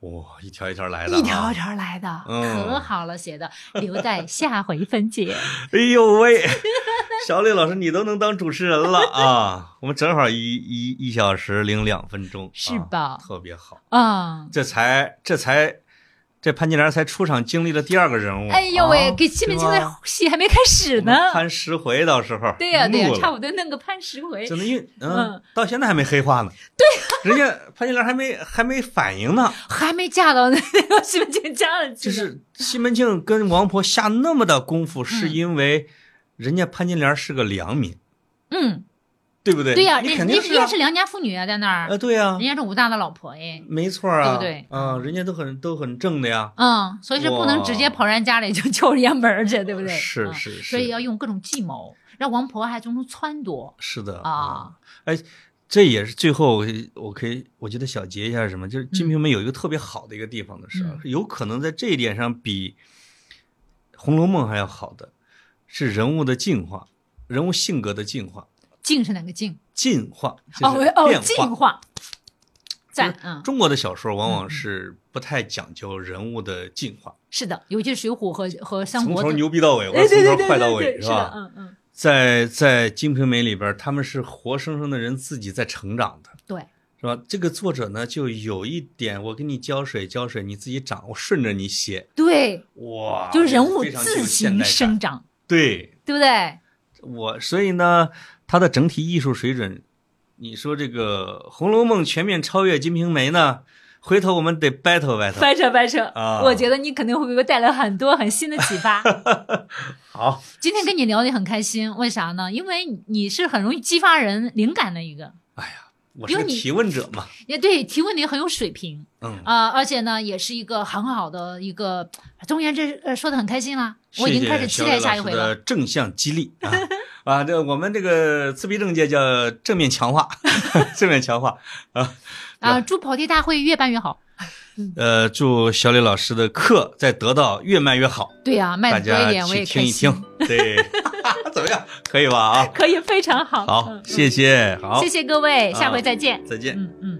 Speaker 1: 哇，一条一条来的，啊
Speaker 2: 一条一。条来的，
Speaker 1: 嗯
Speaker 2: 可好了，写的，留在下回 分解。
Speaker 1: 哎呦喂， 小磊老师，你都能当主持人了啊！我们正好一一一小时零两分钟，
Speaker 2: 是
Speaker 1: 啊
Speaker 2: 吧嗯
Speaker 1: 特别好，
Speaker 2: 啊，
Speaker 1: 这才这才这潘金莲才出场经历了第二个人物。
Speaker 2: 哎呦喂，
Speaker 1: 啊
Speaker 2: 给西门庆
Speaker 1: 对
Speaker 2: 的
Speaker 1: 吧
Speaker 2: 戏还没开始
Speaker 1: 我们
Speaker 2: 呢。
Speaker 1: 潘十回到时候
Speaker 2: 对呀对呀
Speaker 1: 怒，了
Speaker 2: 差不多弄个潘石回。
Speaker 1: 真的，因为
Speaker 2: 嗯啊
Speaker 1: 嗯，到现在还没黑化呢。对，人家潘金莲还没还没反应呢，
Speaker 2: 还没嫁到 那个西门庆家了，
Speaker 1: 就
Speaker 2: 真的
Speaker 1: 是西门庆跟王婆下那么大功夫，是因为人家潘金莲是个良民，
Speaker 2: 嗯，
Speaker 1: 对不对？
Speaker 2: 对呀、
Speaker 1: 你
Speaker 2: 人
Speaker 1: 肯
Speaker 2: 人
Speaker 1: 定
Speaker 2: 人
Speaker 1: 啊
Speaker 2: 家是良家妇女啊，在那儿，
Speaker 1: 呃，对呀
Speaker 2: 人，家是武大的老婆哎，
Speaker 1: 没错啊，
Speaker 2: 对不对
Speaker 1: 啊，人家都很都很正的呀，
Speaker 2: 嗯，所以说不能直接
Speaker 1: 哇
Speaker 2: 跑人家里就敲人家门儿去，对不对？
Speaker 1: 是
Speaker 2: 嗯
Speaker 1: 是
Speaker 2: 所以
Speaker 1: 是，
Speaker 2: 要用各种计谋，让王婆还从中撺掇
Speaker 1: 是的
Speaker 2: 啊。
Speaker 1: 哎，这也是最后我可以我可以我觉得小结一下是什么，就是《金瓶梅》有一个特别好的一个地方的是啊，
Speaker 2: 嗯
Speaker 1: 有可能在这一点上比《红楼梦》还要好的是人物的进化，人物性格的进化，
Speaker 2: 净是哪个净？
Speaker 1: 进化就
Speaker 2: 哦
Speaker 1: 是
Speaker 2: 我
Speaker 1: 变化。
Speaker 2: 哦，净化，嗯赞
Speaker 1: 就，
Speaker 2: 嗯，
Speaker 1: 中国的小说往往是不太讲究人物的进化，
Speaker 2: 是的，尤其是《水浒》和和《三
Speaker 1: 从
Speaker 2: 国》
Speaker 1: 头
Speaker 2: 的，
Speaker 1: 牛逼到尾，或
Speaker 2: 哎，
Speaker 1: 者
Speaker 2: 对
Speaker 1: 从头
Speaker 2: 对对
Speaker 1: 快到
Speaker 2: 对
Speaker 1: 尾，
Speaker 2: 对，是的，
Speaker 1: 吧？
Speaker 2: 嗯嗯，
Speaker 1: 在在《金瓶梅》里边，他们是活生生的人自己在成长的，
Speaker 2: 对，
Speaker 1: 是吧？这个作者呢，就有一点，我给你浇水，浇水，你自己长，我顺着你写，
Speaker 2: 对，
Speaker 1: 哇，
Speaker 2: 就是人物
Speaker 1: 啊非常具有
Speaker 2: 自
Speaker 1: 现代
Speaker 2: 行
Speaker 1: 感嗯
Speaker 2: 生长，
Speaker 1: 对，
Speaker 2: 对不对？
Speaker 1: 我所以呢，它的整体艺术水准，你说这个《红楼梦》全面超越《金瓶梅》呢，回头我们得 battle battle。
Speaker 2: 掰扯掰扯
Speaker 1: 啊
Speaker 2: 我觉得你肯定会给我带来很多很新的启 发。
Speaker 1: 好，
Speaker 2: 今天跟你聊得很开心，为啥呢？因为你是很容易激发人灵感的一个，
Speaker 1: 我是个
Speaker 2: 比如你
Speaker 1: 提问者嘛，
Speaker 2: 也对提问也很有水平
Speaker 1: 嗯，
Speaker 2: 啊、而且呢，也是一个很好的一个。总而言之，呃，说的很开心啦，我已经开始期待下一回
Speaker 1: 谢谢小
Speaker 2: 了
Speaker 1: 磊老师。的正向激 励啊啊！这我们这个自闭症界叫正面强化， 正面强化啊。
Speaker 2: 啊、祝跑题大会越办越好。
Speaker 1: 呃，祝小磊老师的课在得到越卖越好，
Speaker 2: 对呀、卖
Speaker 1: 大
Speaker 2: 的多
Speaker 1: 家
Speaker 2: 一点我也
Speaker 1: 去
Speaker 2: 开
Speaker 1: 听一
Speaker 2: 心，
Speaker 1: 听，对， 怎么样？可以吧？啊，
Speaker 2: 可以非常好。
Speaker 1: 好，
Speaker 2: 嗯
Speaker 1: 谢谢，好，
Speaker 2: 谢谢各位，下回
Speaker 1: 啊
Speaker 2: 再见。
Speaker 1: 再见。
Speaker 2: 嗯嗯。